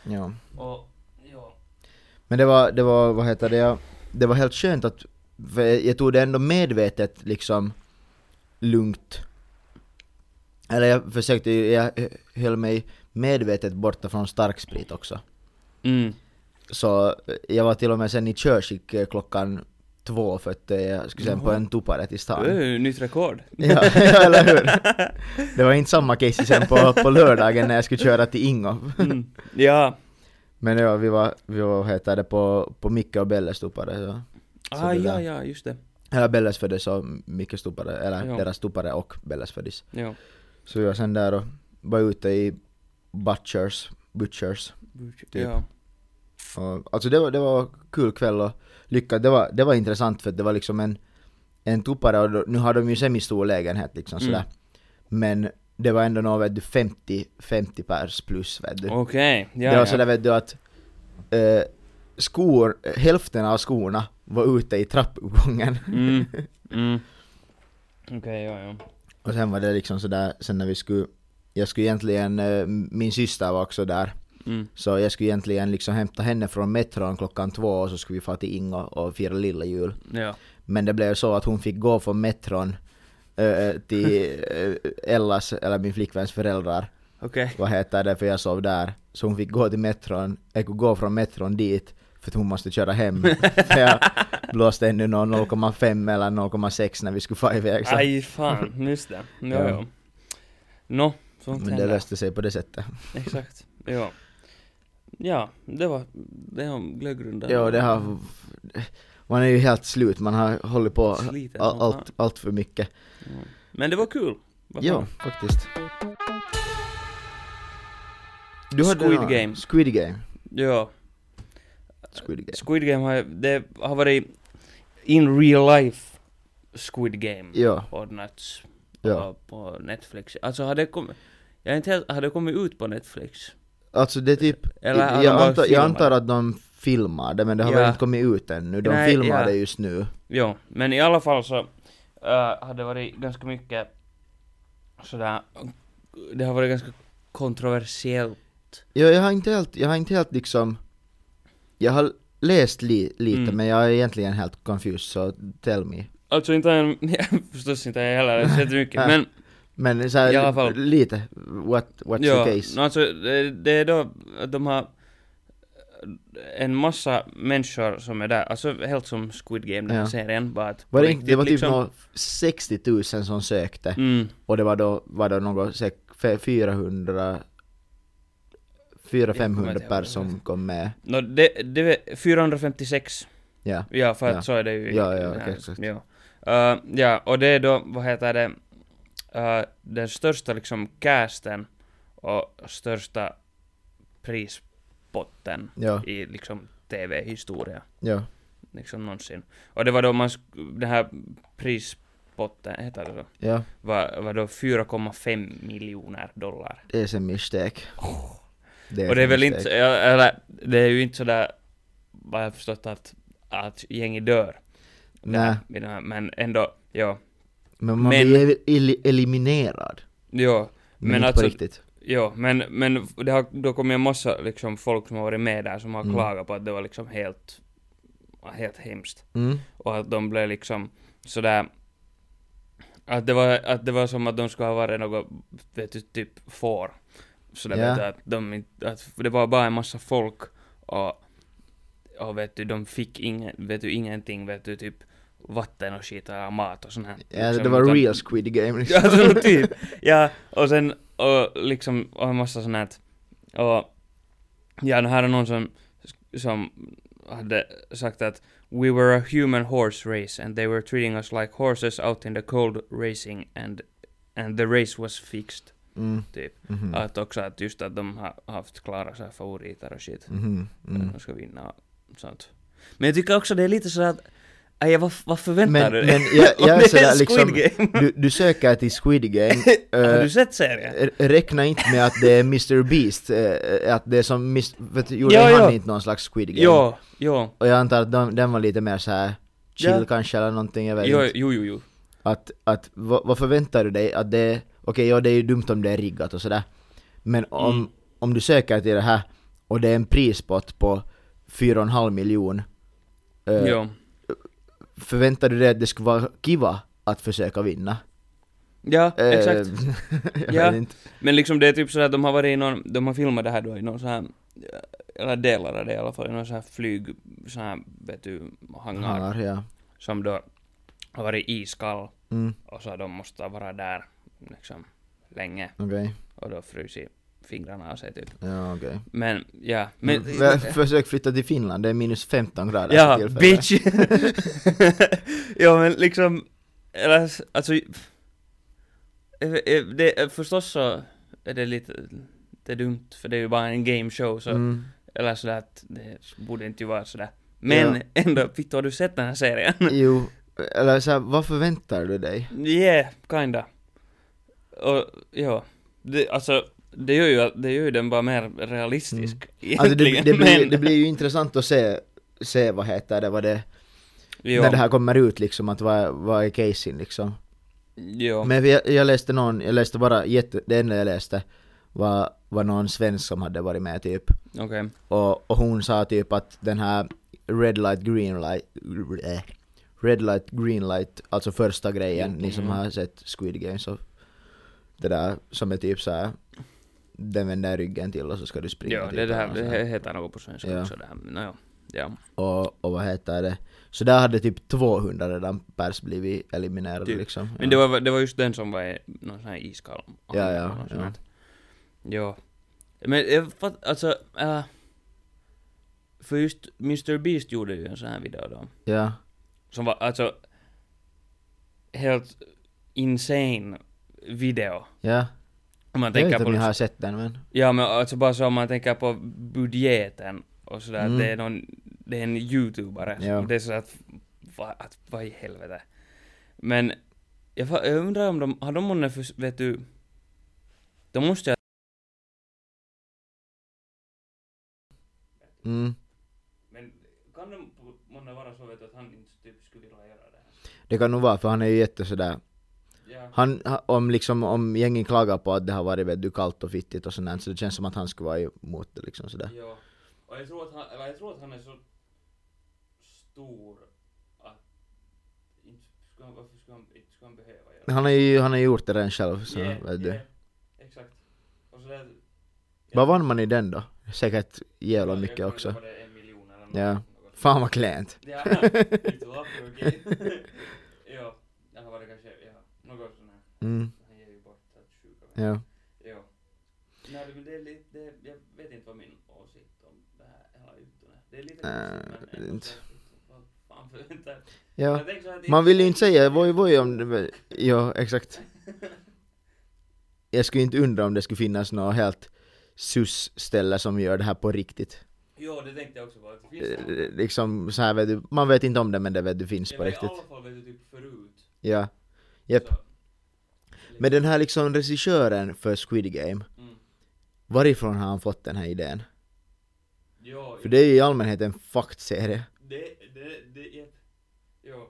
Speaker 3: Ja.
Speaker 2: Och, ja.
Speaker 3: Men det var, det var, vad heter det, jag- det var helt skönt att, för jag tog det ändå medvetet liksom lugnt. Eller jag försökte, ju- jag höll mig medvetet borta från starksprit också.
Speaker 2: Mm.
Speaker 3: Så eh, jag var till och med sen i Körsik eh, klockan två för att eh, jag skulle sen på
Speaker 2: Jaha.
Speaker 3: en tuppare till
Speaker 2: Det
Speaker 3: stan.
Speaker 2: är ju nytt rekord.
Speaker 3: Ja, ja, eller hur? Det var inte samma case sen på, på lördagen när jag skulle köra till Ingo.
Speaker 2: Mm. Ja.
Speaker 3: Men ja, vi var, vi var vad heter det, på, på Micke och Belles tuppare. Så. Så
Speaker 2: Ah,
Speaker 3: det
Speaker 2: ja,
Speaker 3: där.
Speaker 2: ja, just det.
Speaker 3: Eller Belles föddes och Mickes tuppare, eller
Speaker 2: Ja.
Speaker 3: deras tuppare och Belles föddes.
Speaker 2: Ja.
Speaker 3: Så vi var sen där och var ute i Butchers, Butchers.
Speaker 2: Ja.
Speaker 3: Och, alltså det var, det var kul kväll och lyckat. Det var, det var intressant för att det var liksom en, en tuppare och då, nu har de ju semistor lägenhet liksom
Speaker 2: Mm.
Speaker 3: sådär. Men det var ändå nog vet du 50, 50 pers plus vet du.
Speaker 2: Okej. Ja,
Speaker 3: det var
Speaker 2: ja.
Speaker 3: sådär vet du att eh, skor, hälften av skorna var ute i trappuppgången.
Speaker 2: Mm. Mm. Okej, ja, ja.
Speaker 3: Och sen var det liksom sådär, sen när vi skulle, jag skulle egentligen, eh, min syster var också där.
Speaker 2: Mm.
Speaker 3: Så jag skulle egentligen liksom hämta henne från metron klockan två och så skulle vi fara till Ingo och fira lilla jul.
Speaker 2: Ja.
Speaker 3: Men det blev så att hon fick gå från metron eh, till eh, Ellas, eller min flickväns föräldrar,
Speaker 2: Okej.
Speaker 3: vad heter det, för jag sov där. Så hon fick gå till metron, jag kunde gå från metron dit för att hon måste köra hem. För jag blåste ännu någon 0,5 eller 0,6 när vi skulle fara iväg. Så.
Speaker 2: Aj, fan. Just det. Ja,
Speaker 3: Ja.
Speaker 2: ja. Nå, sånt
Speaker 3: Men det
Speaker 2: händer.
Speaker 3: löste sig på det sättet.
Speaker 2: Exakt. Ja. Ja, det var, det var glöggrundan.
Speaker 3: Ja, det har... Man är ju helt slut, man har hållit på
Speaker 2: Sliten
Speaker 3: all,
Speaker 2: som
Speaker 3: allt, allt för mycket.
Speaker 2: fan. Ja. Men det var kul. Vad
Speaker 3: Ja,
Speaker 2: fan.
Speaker 3: faktiskt.
Speaker 2: Squid
Speaker 3: någon-
Speaker 2: Game.
Speaker 3: Squid Game.
Speaker 2: Ja.
Speaker 3: Squid Game.
Speaker 2: Squid Game har, det har varit in real life Squid Game.
Speaker 3: Ja,
Speaker 2: ordnats
Speaker 3: Ja.
Speaker 2: på, på Netflix. Alltså har det kommit, jag är inte helt, har det kommit ut på Netflix?
Speaker 3: alltså det är typ...
Speaker 2: Eller har de
Speaker 3: jag,
Speaker 2: bara
Speaker 3: antar, jag
Speaker 2: filmat?
Speaker 3: antar att de filmar det, men det har
Speaker 2: Ja.
Speaker 3: väl inte kommit ut ännu. De
Speaker 2: Nej,
Speaker 3: filmar
Speaker 2: ja.
Speaker 3: det just nu.
Speaker 2: Jo, men i alla fall så eh, har det varit ganska mycket sådär, det har varit ganska kontroversiellt.
Speaker 3: Jag, jag har inte helt, jag har inte helt liksom... Jag har läst li, lite,
Speaker 2: Mm.
Speaker 3: men jag är egentligen helt confused, så tell me.
Speaker 2: Alltså inte en, förstås inte jag heller, jag sett mycket,
Speaker 3: Nej.
Speaker 2: men
Speaker 3: Men så här,
Speaker 2: I alla fall-
Speaker 3: lite, what, what's
Speaker 2: ja,
Speaker 3: the case?
Speaker 2: No, alltså, det, det är då att de har en massa människor som är där, alltså helt som Squid Game den här
Speaker 3: Ja.
Speaker 2: serien bara att
Speaker 3: Var
Speaker 2: på
Speaker 3: det, inte, det var typ
Speaker 2: liksom-
Speaker 3: nå 60 000 som sökte,
Speaker 2: Mm,
Speaker 3: och det var då, var då något, säk- fe- 400...
Speaker 2: kommer
Speaker 3: 400-500
Speaker 2: inte ihåg
Speaker 3: personer
Speaker 2: det.
Speaker 3: som kom med.
Speaker 2: no, det, det var 456,
Speaker 3: Ja.
Speaker 2: ja för att
Speaker 3: Ja.
Speaker 2: så är det ju. i-
Speaker 3: Ja, ja,
Speaker 2: i-
Speaker 3: okej, exakt.
Speaker 2: ja. Eh, ja, och det är då, vad heter det, eh, den största liksom casten och största prispotten
Speaker 3: Ja,
Speaker 2: i liksom TV-historia.
Speaker 3: ja.
Speaker 2: liksom någonsin. Och det var då man, sk- den här prispotten, heter det så,
Speaker 3: Ja,
Speaker 2: var, var då 4,5 miljoner dollar.
Speaker 3: det är en mistake. Det
Speaker 2: Och det är
Speaker 3: en
Speaker 2: väl
Speaker 3: mistake.
Speaker 2: inte, ja, eller det är ju inte sådär, vad jag har förstått att, att gänget dör.
Speaker 3: Nej,
Speaker 2: I den här, men ändå, ja.
Speaker 3: men man
Speaker 2: Men-
Speaker 3: blir eli- eliminerad.
Speaker 2: Jo,
Speaker 3: Men,
Speaker 2: Men
Speaker 3: inte
Speaker 2: alltså-
Speaker 3: på riktigt.
Speaker 2: jo, men, men det har då kommit en massa liksom folk som har varit med där som har
Speaker 3: Mm.
Speaker 2: klagat på att det var liksom helt, helt hemskt.
Speaker 3: Mm.
Speaker 2: och att de blev liksom sådär att det, var, att det var som att de skulle ha varit något, vet du, typ får. Sådär
Speaker 3: Ja.
Speaker 2: vet du, att de inte- att det var bara en massa folk och, och vet du, de fick ingen, vet du, ingenting, vet du, typ vatten och skit och mat och sånt här.
Speaker 3: Ja,
Speaker 2: Liksom,
Speaker 3: det var
Speaker 2: utan-
Speaker 3: real squid game liksom.
Speaker 2: Ja, alltså, typ. Ja, och sen och liksom och en massa sånt här. att- Och ja, det här är någon som, som hade sagt att We were a human horse race and they were treating us like horses out in the cold racing and, and the race was fixed.
Speaker 3: Mm.
Speaker 2: Typ.
Speaker 3: Mhm.
Speaker 2: Att också att just att de har haft klara så här favoriter och shit.
Speaker 3: Mhm. Mm.
Speaker 2: De ska vinna och sånt. Men jag tycker också det är lite så att, aj, vad, vad förväntar
Speaker 3: Men,
Speaker 2: du dig?
Speaker 3: men jag,
Speaker 2: Om
Speaker 3: jag är
Speaker 2: det är
Speaker 3: sådär
Speaker 2: en
Speaker 3: liksom,
Speaker 2: Squid Game.
Speaker 3: du, du söker till Squid Game,
Speaker 2: Har
Speaker 3: eh,
Speaker 2: du sett serien?
Speaker 3: r- räkna inte med att det är Mr Beast, eh, att det är som Mr... Vet, du, gjorde
Speaker 2: Ja,
Speaker 3: han
Speaker 2: ja.
Speaker 3: inte någon slags Squid Game?
Speaker 2: Jo, jo.
Speaker 3: Och jag antar att de, den var lite mer så här chill
Speaker 2: Ja.
Speaker 3: kanske eller någonting, jag vet
Speaker 2: Jo,
Speaker 3: inte.
Speaker 2: jo, jo, jo.
Speaker 3: Att, att vad, vad förväntar du dig? Att det är- Okej, ja det är ju dumt om det är riggat och sådär. Men om,
Speaker 2: Mm.
Speaker 3: om du söker till det här och det är en prispott på 4,5 miljon eh,
Speaker 2: jo.
Speaker 3: förväntar du dig att det skulle vara kiva att försöka vinna?
Speaker 2: Ja,
Speaker 3: Eh,
Speaker 2: exakt.
Speaker 3: jag
Speaker 2: Ja.
Speaker 3: vet inte.
Speaker 2: Men liksom det är typ sådär att de har varit i någon, de har filmat det här då i någon så här, eh, eller delar av det i alla fall, i någon så här flyg, så här vet du, hangar,
Speaker 3: Hangar, ja.
Speaker 2: som då har varit iskall
Speaker 3: Mm,
Speaker 2: och så har de måste vara där liksom länge
Speaker 3: okej.
Speaker 2: och då fryser fingrarna av sig typ.
Speaker 3: Ja, okej. Mm.
Speaker 2: Men ja, men...
Speaker 3: Men, försök flytta till Finland, det är minus 15 grader
Speaker 2: Ja,
Speaker 3: för tillfället.
Speaker 2: bitch! ja men liksom, eller s- alltså... eh, eh, Det, eh, förstås så är det lite, det är dumt för det är ju bara en game show så,
Speaker 3: Mm.
Speaker 2: eller sådär att det borde inte ju vara sådär. Men
Speaker 3: Ja.
Speaker 2: ändå, Vittu har du sett den här serien?
Speaker 3: Jo, eller så här, vad förväntar du dig?
Speaker 2: yeah, kinda. Och ja, det, alltså det gör, ju, att- det gör ju den bara mer realistisk
Speaker 3: Alltså det,
Speaker 2: egentligen.
Speaker 3: det, blir,
Speaker 2: men,
Speaker 3: det blir ju intressant att se, se vad heter det, vad det,
Speaker 2: jo,
Speaker 3: när det här kommer ut liksom, att vad, vad är casen liksom.
Speaker 2: jo,
Speaker 3: Men jag, jag läste någon, jag läste bara jätte, det enda jag läste var, var någon svensk som hade varit med typ.
Speaker 2: okej.
Speaker 3: Och, och hon sa typ att den här red light green light, äh, red light green light, alltså första grejen,
Speaker 2: Mm.
Speaker 3: ni som har sett Squid Game så det där som är typ så här den vänder ryggen till och så ska du springa
Speaker 2: Joo,
Speaker 3: till
Speaker 2: det, det, här,
Speaker 3: den och så
Speaker 2: det
Speaker 3: här.
Speaker 2: he- heter något på svenska
Speaker 3: Ja.
Speaker 2: också det här. men Nåja, ja.
Speaker 3: och, och vad heter det? Så där hade typ 200 redan pers blivit eliminerade
Speaker 2: Typ.
Speaker 3: liksom.
Speaker 2: Men det var, det var just den som var i någon sån här iskall.
Speaker 3: Ja, ja,
Speaker 2: Någon sån
Speaker 3: ja.
Speaker 2: här. Jo. Men jag fatt, alltså, äh, för just Mr Beast gjorde ju en sån här video då.
Speaker 3: Ja.
Speaker 2: Som var alltså helt insane video.
Speaker 3: Ja.
Speaker 2: Om man
Speaker 3: Jag vet
Speaker 2: tänker
Speaker 3: inte
Speaker 2: på
Speaker 3: om ni har sett den men.
Speaker 2: Ja men alltså bara så om man tänker på budgeten och sådär,
Speaker 3: Mm.
Speaker 2: det är någon, det är en youtubare.
Speaker 3: Ja.
Speaker 2: Och det är så att, va, att, vad i helvete. Men jag, fa- jag undrar om de, har de månne för, vet du, de måste ju
Speaker 3: Mm.
Speaker 2: men kunna vara så vet du, att han inte typ skulle vilja göra det här.
Speaker 3: Det kan nog vara, för han är ju jätte sådär...
Speaker 2: Ja.
Speaker 3: Han, ha- om, liksom, om gängen klagar på att det har varit vet du, kallt och fittigt och sådär, så det känns som att han skulle vara emot det liksom sådär.
Speaker 2: Ja. Och jag tror att han, eller jag tror att han är så stor att inte skulle han, varför skulle han, inte skulle han behöva göra
Speaker 3: Han har ju han har ju gjort det redan själv, så
Speaker 2: Yeah,
Speaker 3: vet du.
Speaker 2: yeah, Exakt. Och så där,
Speaker 3: Vad vann man i den då? Säkert jävla
Speaker 2: jag
Speaker 3: mycket
Speaker 2: kommer
Speaker 3: också.
Speaker 2: inte ihåg vad det är, en miljon eller något.
Speaker 3: Ja.
Speaker 2: något.
Speaker 3: Fan vad klent.
Speaker 2: Ja, lite lapp, okej. Ja, det här var det kanske, ja, något sånt här.
Speaker 3: Mm,
Speaker 2: Han ger ju bort att sjuka vänner.
Speaker 3: ja.
Speaker 2: Ja. Nej, men det är lite, det, jag vet inte vad min åsikt om det här hela ytorna. Det är lite
Speaker 3: Äh,
Speaker 2: konstigt, men ändå
Speaker 3: inte.
Speaker 2: så- Vad fan förväntar
Speaker 3: ja.
Speaker 2: Jag tänker så här, det är
Speaker 3: Man vill ju inte säga voi voi om det... Ja, exakt. Jag skulle inte undra om det skulle finnas något helt sus-ställe som gör det här på riktigt.
Speaker 2: Jo, det tänkte jag också på. att Det finns
Speaker 3: Eh, Liksom så här vet du, man vet inte om det men det vet du finns
Speaker 2: Ja,
Speaker 3: på
Speaker 2: men
Speaker 3: riktigt.
Speaker 2: I alla fall vet du typ förut.
Speaker 3: Ja. Japp.
Speaker 2: Så,
Speaker 3: Men den här liksom regissören för Squid Game,
Speaker 2: mm.
Speaker 3: varifrån har han fått den här idén?
Speaker 2: Jo,
Speaker 3: För det är ju i allmänhet en fucked-serie.
Speaker 2: det, det, det, japp. Jo.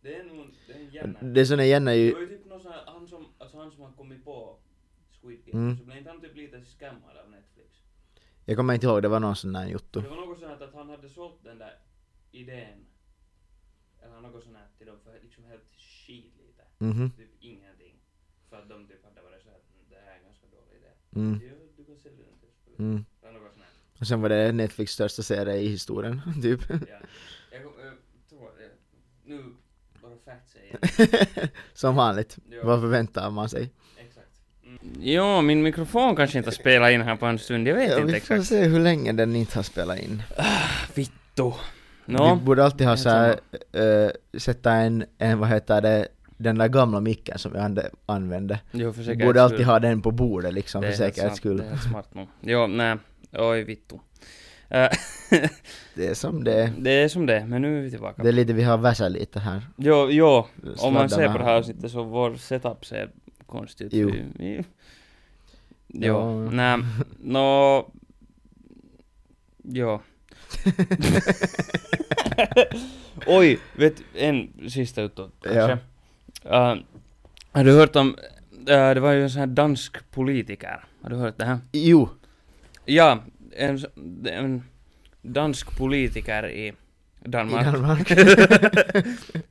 Speaker 2: Det är nog, det är en jävla...
Speaker 3: Det som är igen är
Speaker 2: Det var
Speaker 3: ju...
Speaker 2: ju typ någon sån här, han som, alltså han som har kommit på Squid Game,
Speaker 3: Mm.
Speaker 2: så blev inte han typ lite scammad av Netflix?
Speaker 3: Jag kommer inte ihåg, det var någon sån där jotto.
Speaker 2: Det var något sånt här att han hade sålt den där idén, eller något sånt här till dem för liksom helt skit lite,
Speaker 3: Mhm,
Speaker 2: typ ingenting. För att de typ hade varit såhär, mm, det här är en ganska dålig idé.
Speaker 3: mm,
Speaker 2: Jo, du kan sälja den till oss.
Speaker 3: mm.
Speaker 2: Eller något sånt här.
Speaker 3: Och sen var det Netflix största serie i historien, typ.
Speaker 2: Ja. Jag, kom- jag tror det. Nu bara facts igen.
Speaker 3: Som vanligt.
Speaker 2: Ja.
Speaker 3: Vad förväntar man sig?
Speaker 2: Exakt.
Speaker 4: Jo, min mikrofon kanske inte spelar in här på en stund, jag vet
Speaker 3: Ja,
Speaker 4: inte
Speaker 3: vi får
Speaker 4: exakt.
Speaker 3: se hur länge den inte har spelat in.
Speaker 4: Vittu.
Speaker 3: Vi
Speaker 4: No,
Speaker 3: borde alltid ha
Speaker 4: helt
Speaker 3: så här, eh, sätta en, en, vad heter det, den där gamla micken som vi ande- använde.
Speaker 4: jo för
Speaker 3: Vi
Speaker 4: säkerhets
Speaker 3: borde alltid
Speaker 4: skull.
Speaker 3: ha den på bordet liksom,
Speaker 4: Det
Speaker 3: för
Speaker 4: är helt
Speaker 3: säkerhets
Speaker 4: sant, Det
Speaker 3: skull.
Speaker 4: är helt smart nog. Jo, nej. Oj, vittu.
Speaker 3: Det är som det är.
Speaker 4: Det är som det är, men nu är vi tillbaka.
Speaker 3: Det är lite, vi har vässat lite här.
Speaker 4: Jo, jo. Om man ser
Speaker 3: Sladdarna.
Speaker 4: på det här avsnittet så vår setup ser konstig ut.
Speaker 3: Jo.
Speaker 4: Vi- vi-
Speaker 3: Ja.
Speaker 4: Jo, nej. Nå... Jo. Oj, vet en sista utåt kanske. Ja. har du hört om, eh, det var ju en sån här dansk politiker, har du hört det här?
Speaker 3: Jo!
Speaker 4: Ja, en, s- en dansk politiker i
Speaker 3: I
Speaker 4: Danmark.
Speaker 3: Danmark.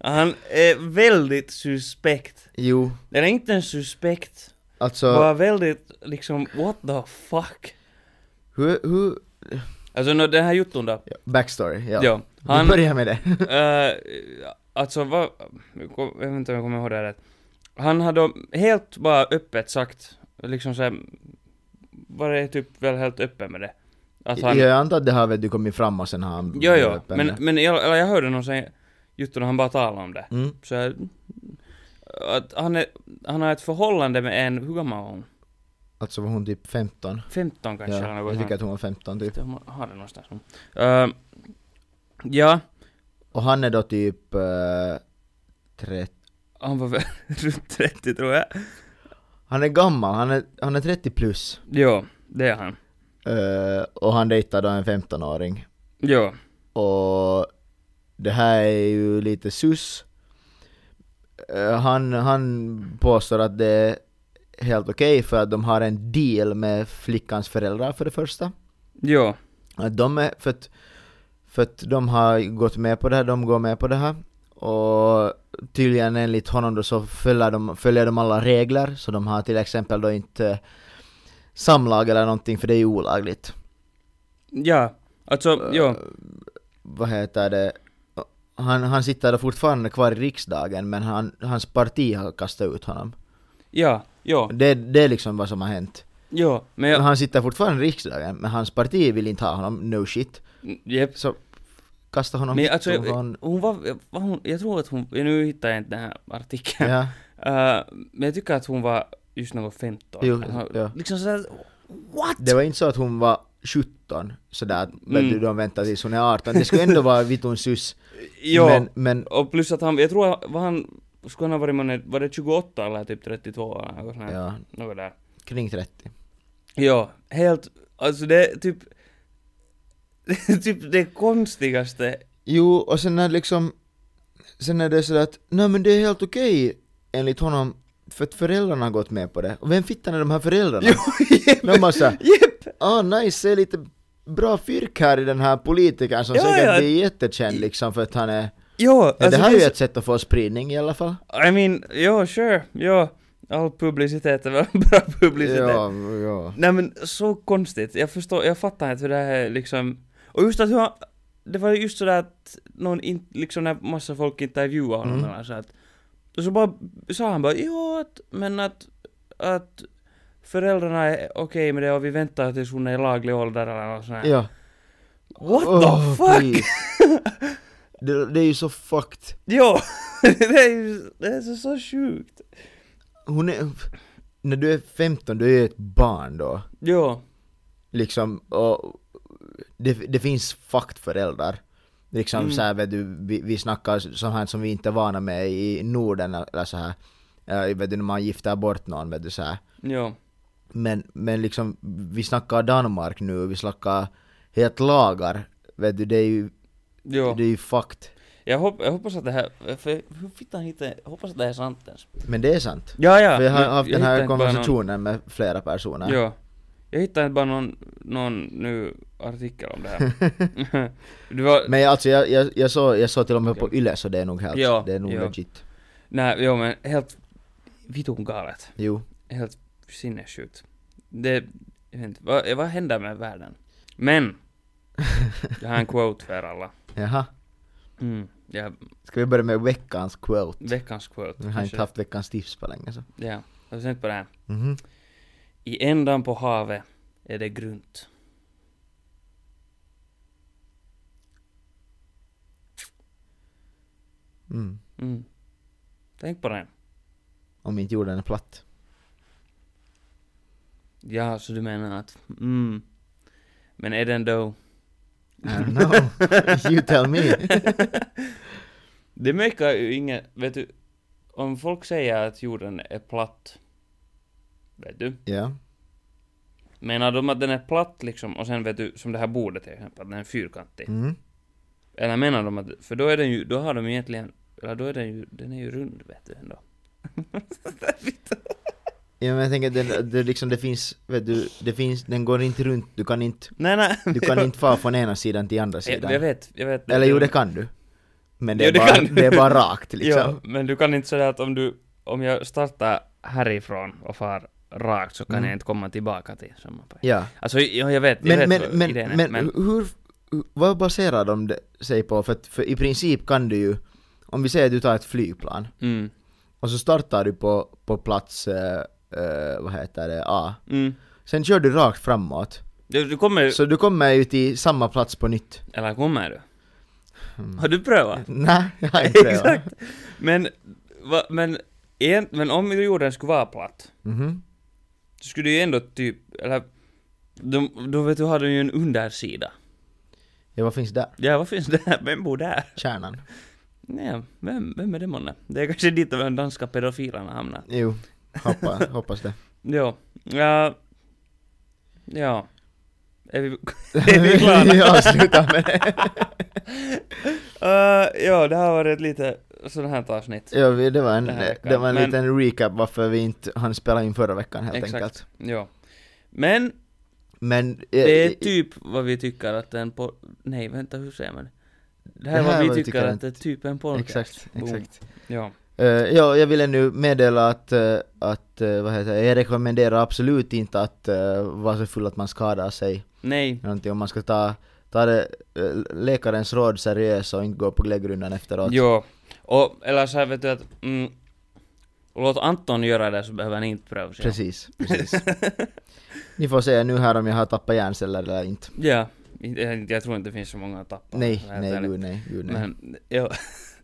Speaker 4: Han är väldigt suspekt.
Speaker 3: jo,
Speaker 4: Den är inte en suspekt,
Speaker 3: alltså,
Speaker 4: bara väldigt liksom what the fuck.
Speaker 3: hur, hur,
Speaker 4: Alltså nå den här jutton då.
Speaker 3: ja, backstory, ja.
Speaker 4: Jo,
Speaker 3: Vi
Speaker 4: han,
Speaker 3: börjar med det.
Speaker 4: eh, alltså vad, jag vet inte om jag kommer ihåg det här rätt. Han hade helt bara öppet sagt, liksom såhär, var det typ väl helt öppen med det. Att han,
Speaker 3: Jag antar att det har väl du kommit fram och sen har han...
Speaker 4: jo jo,
Speaker 3: öppen-
Speaker 4: men, men jag, eller jag hörde någon sån här jutton när han bara talade om det.
Speaker 3: Mm.
Speaker 4: Så här, att han, är, han har ett förhållande med en, hur gammal var hon?
Speaker 3: Alltså var hon typ 15?
Speaker 4: 15 kanske
Speaker 3: Ja,
Speaker 4: eller något
Speaker 3: jag
Speaker 4: sånt.
Speaker 3: tycker att hon var 15 typ.
Speaker 4: Jag må- har det någonstans. Ehm, ja,
Speaker 3: Och han är då typ... eh, 30.
Speaker 4: han var väl runt 30 tror jag.
Speaker 3: Han är gammal, han är, han är 30 plus.
Speaker 4: Jo, det är han.
Speaker 3: Eh, och han dejtar då en 15-åring.
Speaker 4: Jo,
Speaker 3: Och det här är ju lite sus. Eh, han, han påstår att det är helt okej för att de har en deal med flickans föräldrar för det första.
Speaker 4: jo,
Speaker 3: Att de är, för att, för att de har gått med på det här, de går med på det här. Och tydligen enligt honom då så följer de, följer de alla regler, så de har till exempel då inte samlag eller någonting för det är ju olagligt.
Speaker 4: ja. Alltså,
Speaker 3: Eh,
Speaker 4: jo,
Speaker 3: Vad heter det? Han, han sitter då fortfarande kvar i riksdagen men han, hans parti har kastat ut honom.
Speaker 4: ja, jo,
Speaker 3: Det, det är liksom vad som har hänt.
Speaker 4: jo, men jag,
Speaker 3: Han sitter fortfarande i riksdagen men hans parti vill inte ha honom, no shit.
Speaker 4: jep.
Speaker 3: Så kasta honom
Speaker 4: Men
Speaker 3: hit
Speaker 4: alltså,
Speaker 3: och han-
Speaker 4: Hon var, var hon, jag tror att hon, nu hittar jag inte den här artikeln.
Speaker 3: Ja,
Speaker 4: Eh, men jag tycker att hon var just något 15.
Speaker 3: Jo,
Speaker 4: Alltså,
Speaker 3: ja.
Speaker 4: Liksom såhär, what?
Speaker 3: det var inte så att hon var 17 sådär, att vet
Speaker 4: Mm.
Speaker 3: du, de väntar tills hon är 18. Det skulle ändå vara vitun sus.
Speaker 4: Jo,
Speaker 3: Men, men
Speaker 4: och plus att han, jag tror, att- var han, skulle han ha varit, med- var det 28 eller typ 32 eller något sånt här?
Speaker 3: ja,
Speaker 4: Något där.
Speaker 3: kring 30.
Speaker 4: Ja, helt, alltså det är typ, typ det konstigaste
Speaker 3: Jo, och sen när liksom, sen är det sådär att, nej men det är helt okej enligt honom, för att föräldrarna har gått med på det. Och vem fittan är de här föräldrarna?
Speaker 2: Jepp!
Speaker 3: De bara såhär,
Speaker 2: Jepp!
Speaker 3: ah nice, det är lite bra fyrk här i den här politikern som
Speaker 2: Ja,
Speaker 3: säkert
Speaker 2: ja.
Speaker 3: blir jättekänd liksom för att han är...
Speaker 2: Jo, alltså
Speaker 3: Men det här är
Speaker 2: det
Speaker 3: ju
Speaker 2: är
Speaker 3: ett sätt att få spridning i alla fall.
Speaker 2: så- I mean, jo, sure, jo. All publicitet är väl bra publicitet.
Speaker 3: Ja, ja.
Speaker 2: Nej men så konstigt, jag förstår, jag fattar inte hur det här är liksom Och just att hur han, det var just sådär att någon, in, liksom när massa folk intervjuade honom
Speaker 3: Mm.
Speaker 2: eller så att Och så bara, sa han bara ja att, men att, att föräldrarna är okej med det och vi väntar tills hon är i laglig ålder eller något sånt här.
Speaker 3: ja.
Speaker 2: What
Speaker 3: Åh,
Speaker 2: the fuck?
Speaker 3: please. det, det är ju så fucked.
Speaker 2: Jo! det är ju, det är så, så sjukt.
Speaker 3: Hon är... När du är 15, du är ju ett barn då.
Speaker 2: Jo,
Speaker 3: Liksom, och det, det finns fucked föräldrar. Liksom
Speaker 2: Mm.
Speaker 3: så här, vet du, vi, vi snackar sånt här som vi inte är vana med i Norden eller så här. Eh, vet du, när man gifter bort någon, vet du så här.
Speaker 2: jo.
Speaker 3: Men, men liksom, vi snackar Danmark nu, vi snackar helt lagar. Vet du, det är ju,
Speaker 2: Jo,
Speaker 3: det är ju fucked.
Speaker 2: jag, hopp, jag hoppas att det här, för hur fittan hittade, jag hoppas att det här är sant ens.
Speaker 3: Men det är sant.
Speaker 2: Ja, ja.
Speaker 3: För jag har
Speaker 2: men
Speaker 3: haft den
Speaker 2: hittar
Speaker 3: här
Speaker 2: inte bara någon-
Speaker 3: konversationen med flera personer.
Speaker 2: Ja. Jag hittade bara någon, någon nu artikel om det här. det var,
Speaker 3: Men jag, alltså jag, jag, jag, såg, jag såg till och med på
Speaker 2: Okej.
Speaker 3: Yle så det är nog helt,
Speaker 2: Ja,
Speaker 3: det är nog
Speaker 2: ja.
Speaker 3: legit.
Speaker 2: nej, jo men helt vitun galet.
Speaker 3: Jo.
Speaker 2: Helt sinnessjukt. Det, jag vet inte, vad, vad händer med världen? Men! Jag har en quote för alla.
Speaker 3: Jaha.
Speaker 2: Mm, ja,
Speaker 3: Ska vi börja med veckans quote?
Speaker 2: veckans quote.
Speaker 3: Vi har inte
Speaker 2: kanske.
Speaker 3: haft veckans tips på länge så.
Speaker 2: Ja, jag har tänkt på det här.
Speaker 3: Mhm.
Speaker 2: I ändan på havet är det grunt.
Speaker 3: Mm.
Speaker 2: Mm. Tänk på det.
Speaker 3: Om inte jorden är platt.
Speaker 2: Ja, så du menar att, mm. Men är den då?
Speaker 3: I don't know. you tell me.
Speaker 2: Det märker ju ingen, vet du, om folk säger att jorden är platt, vet du,
Speaker 3: Ja.
Speaker 2: menar de att den är platt liksom, och sen vet du, som det här bordet till exempel, att den är fyrkantig?
Speaker 3: Mm.
Speaker 2: Eller menar de att, för då är den ju, då har de egentligen, eller då är den ju, den är ju rund vet du ändå.
Speaker 3: Ja men jag tänker det, det liksom det finns, vet du, det finns, den går inte runt, du kan inte,
Speaker 2: Nej nej!
Speaker 3: du kan inte fara från ena sidan till andra
Speaker 2: jag,
Speaker 3: sidan.
Speaker 2: jag vet, jag vet.
Speaker 3: Eller jo det kan du. Men det är,
Speaker 2: Jo, det
Speaker 3: bara,
Speaker 2: kan du.
Speaker 3: det är bara rakt
Speaker 2: Ja,
Speaker 3: liksom.
Speaker 2: men du kan inte säga att om du, om jag startar härifrån och far rakt så kan
Speaker 3: Mm.
Speaker 2: jag inte komma tillbaka till samma plats.
Speaker 3: Ja.
Speaker 2: Alltså, ja, jag vet, jag vet
Speaker 3: Men, men,
Speaker 2: vad
Speaker 3: men,
Speaker 2: idén är,
Speaker 3: men, hur, hur- vad baserar de det, sig på? För, att, för i princip kan du ju, om vi säger att du tar ett flygplan
Speaker 2: mm,
Speaker 3: och så startar du på, på plats, eh, eh, vad heter det, A.
Speaker 2: mm.
Speaker 3: Sen kör du rakt framåt.
Speaker 2: Du, du kommer
Speaker 3: Så du kommer ju till samma plats på nytt. Mm.
Speaker 2: Eller kommer du? Har du prövat?
Speaker 3: Nej, jag har inte prövat.
Speaker 2: Exakt! Men, va, men, en, men om jorden skulle vara platt,
Speaker 3: Mhm.
Speaker 2: så skulle du ju ändå typ, eller, de, då vet du, har den ju en undersida.
Speaker 3: Ja, vad finns där?
Speaker 2: Ja, vad finns det här? Vem bor där?
Speaker 3: Kärnan?
Speaker 2: Nej, vem, vem är det månne? Det är kanske dit de danska pedofilerna hamnar.
Speaker 3: Jo, hoppa, hoppas det.
Speaker 2: Jo, ja, ja. Är vi, är vi klara?
Speaker 3: Vi avslutar med det.
Speaker 2: Uh, ja, det här har varit lite sån här avsnitt.
Speaker 3: Ja, vi- det var en,
Speaker 2: Den här veckan.
Speaker 3: det var en
Speaker 2: Men-
Speaker 3: liten recap varför vi inte hann spela in förra veckan helt
Speaker 2: Exakt.
Speaker 3: enkelt.
Speaker 2: Ja. Men
Speaker 3: Men... eh,
Speaker 2: Det är typ vad vi tycker att en på... Nej, vänta, hur säger man? Det här är vad vi tycker, att det är typ en podcast.
Speaker 3: eh, Exakt,
Speaker 2: Boom.
Speaker 3: exakt.
Speaker 2: Ja.
Speaker 3: Eh, ja, jag ville nu meddela att, eh, att eh, vad heter det, jag rekommenderar absolut inte att eh, vara så full att man skadar sig.
Speaker 2: Nej.
Speaker 3: Någonting om man ska ta, ta det, eh, läkarens råd seriöst och inte gå på glädgrundan efteråt.
Speaker 2: Jo. Och, eller så här vet du att... Mm, låt Anton göra det så behöver han inte pröva sig.
Speaker 3: Precis, precis. Ni får se nu här om jag har tappat hjärnceller eller inte.
Speaker 2: Ja. Inte- Jag, jag tror inte det finns så många att tappa.
Speaker 3: Nej,
Speaker 2: Helt
Speaker 3: nej,
Speaker 2: ärligt.
Speaker 3: gud nej, gud nej.
Speaker 2: Men, ja.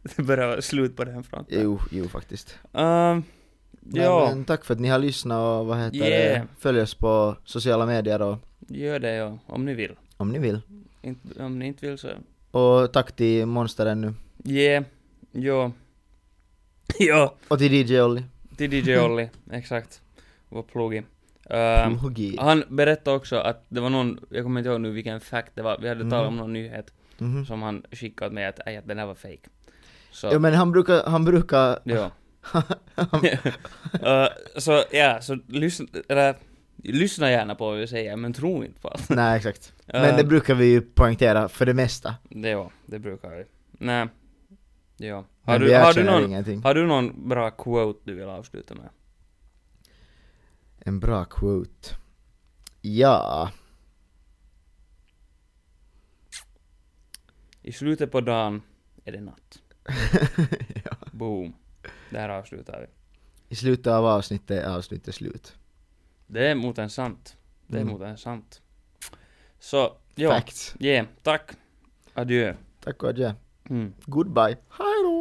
Speaker 2: det börjar vara slut på den fronten.
Speaker 3: Jo, jo faktiskt.
Speaker 2: Ehm,
Speaker 3: Men,
Speaker 2: ja,
Speaker 3: men tack för att ni har lyssnat och vad heter
Speaker 2: Yeah.
Speaker 3: det, följ oss på sociala medier och
Speaker 2: gör det ja. Om ni vill.
Speaker 3: om ni vill.
Speaker 2: Inte- om ni inte vill så...
Speaker 3: Och tack till Monsteren nu.
Speaker 2: Yeah. Jo. Jo.
Speaker 3: Och till DJ Olli.
Speaker 2: Till DJ
Speaker 3: Mm.
Speaker 2: Olli, exakt. Vår pluggi. Ehm,
Speaker 3: Pluggi. Mm.
Speaker 2: han berättade också att det var någon, jag kommer inte ihåg nu vilken fact det var, vi hade talat om någon nyhet.
Speaker 3: Mhm.
Speaker 2: som han skickade åt mig att, "Aj, att den här var fake. Så,
Speaker 3: Ja men han brukar, han brukar...
Speaker 2: ja. Eh, så ja, så lyssna, eller, lyssna gärna på vad vi säger, men tro inte på allt.
Speaker 3: Nej exakt. Men det
Speaker 2: Eh,
Speaker 3: brukar vi ju poängtera för det mesta.
Speaker 2: det, ja, det brukar vi. Nej. Ja. Har
Speaker 3: Men
Speaker 2: du,
Speaker 3: vi
Speaker 2: har, du
Speaker 3: erkänner
Speaker 2: någon,
Speaker 3: ingenting.
Speaker 2: har du någon bra quote du vill avsluta med?
Speaker 3: En bra quote. Ja.
Speaker 2: I slutet på dagen är det natt.
Speaker 3: ja.
Speaker 2: Boom. Där avslutar vi.
Speaker 3: I slutet av avsnittet är avsnittet slut.
Speaker 2: Det är mot en sant. Det är
Speaker 3: Mm.
Speaker 2: mot en sant. Så, ja.
Speaker 3: Facts.
Speaker 2: Yeah, tack. Adjö.
Speaker 3: Tack och adjö.
Speaker 2: Mm.
Speaker 3: Goodbye. Hej då!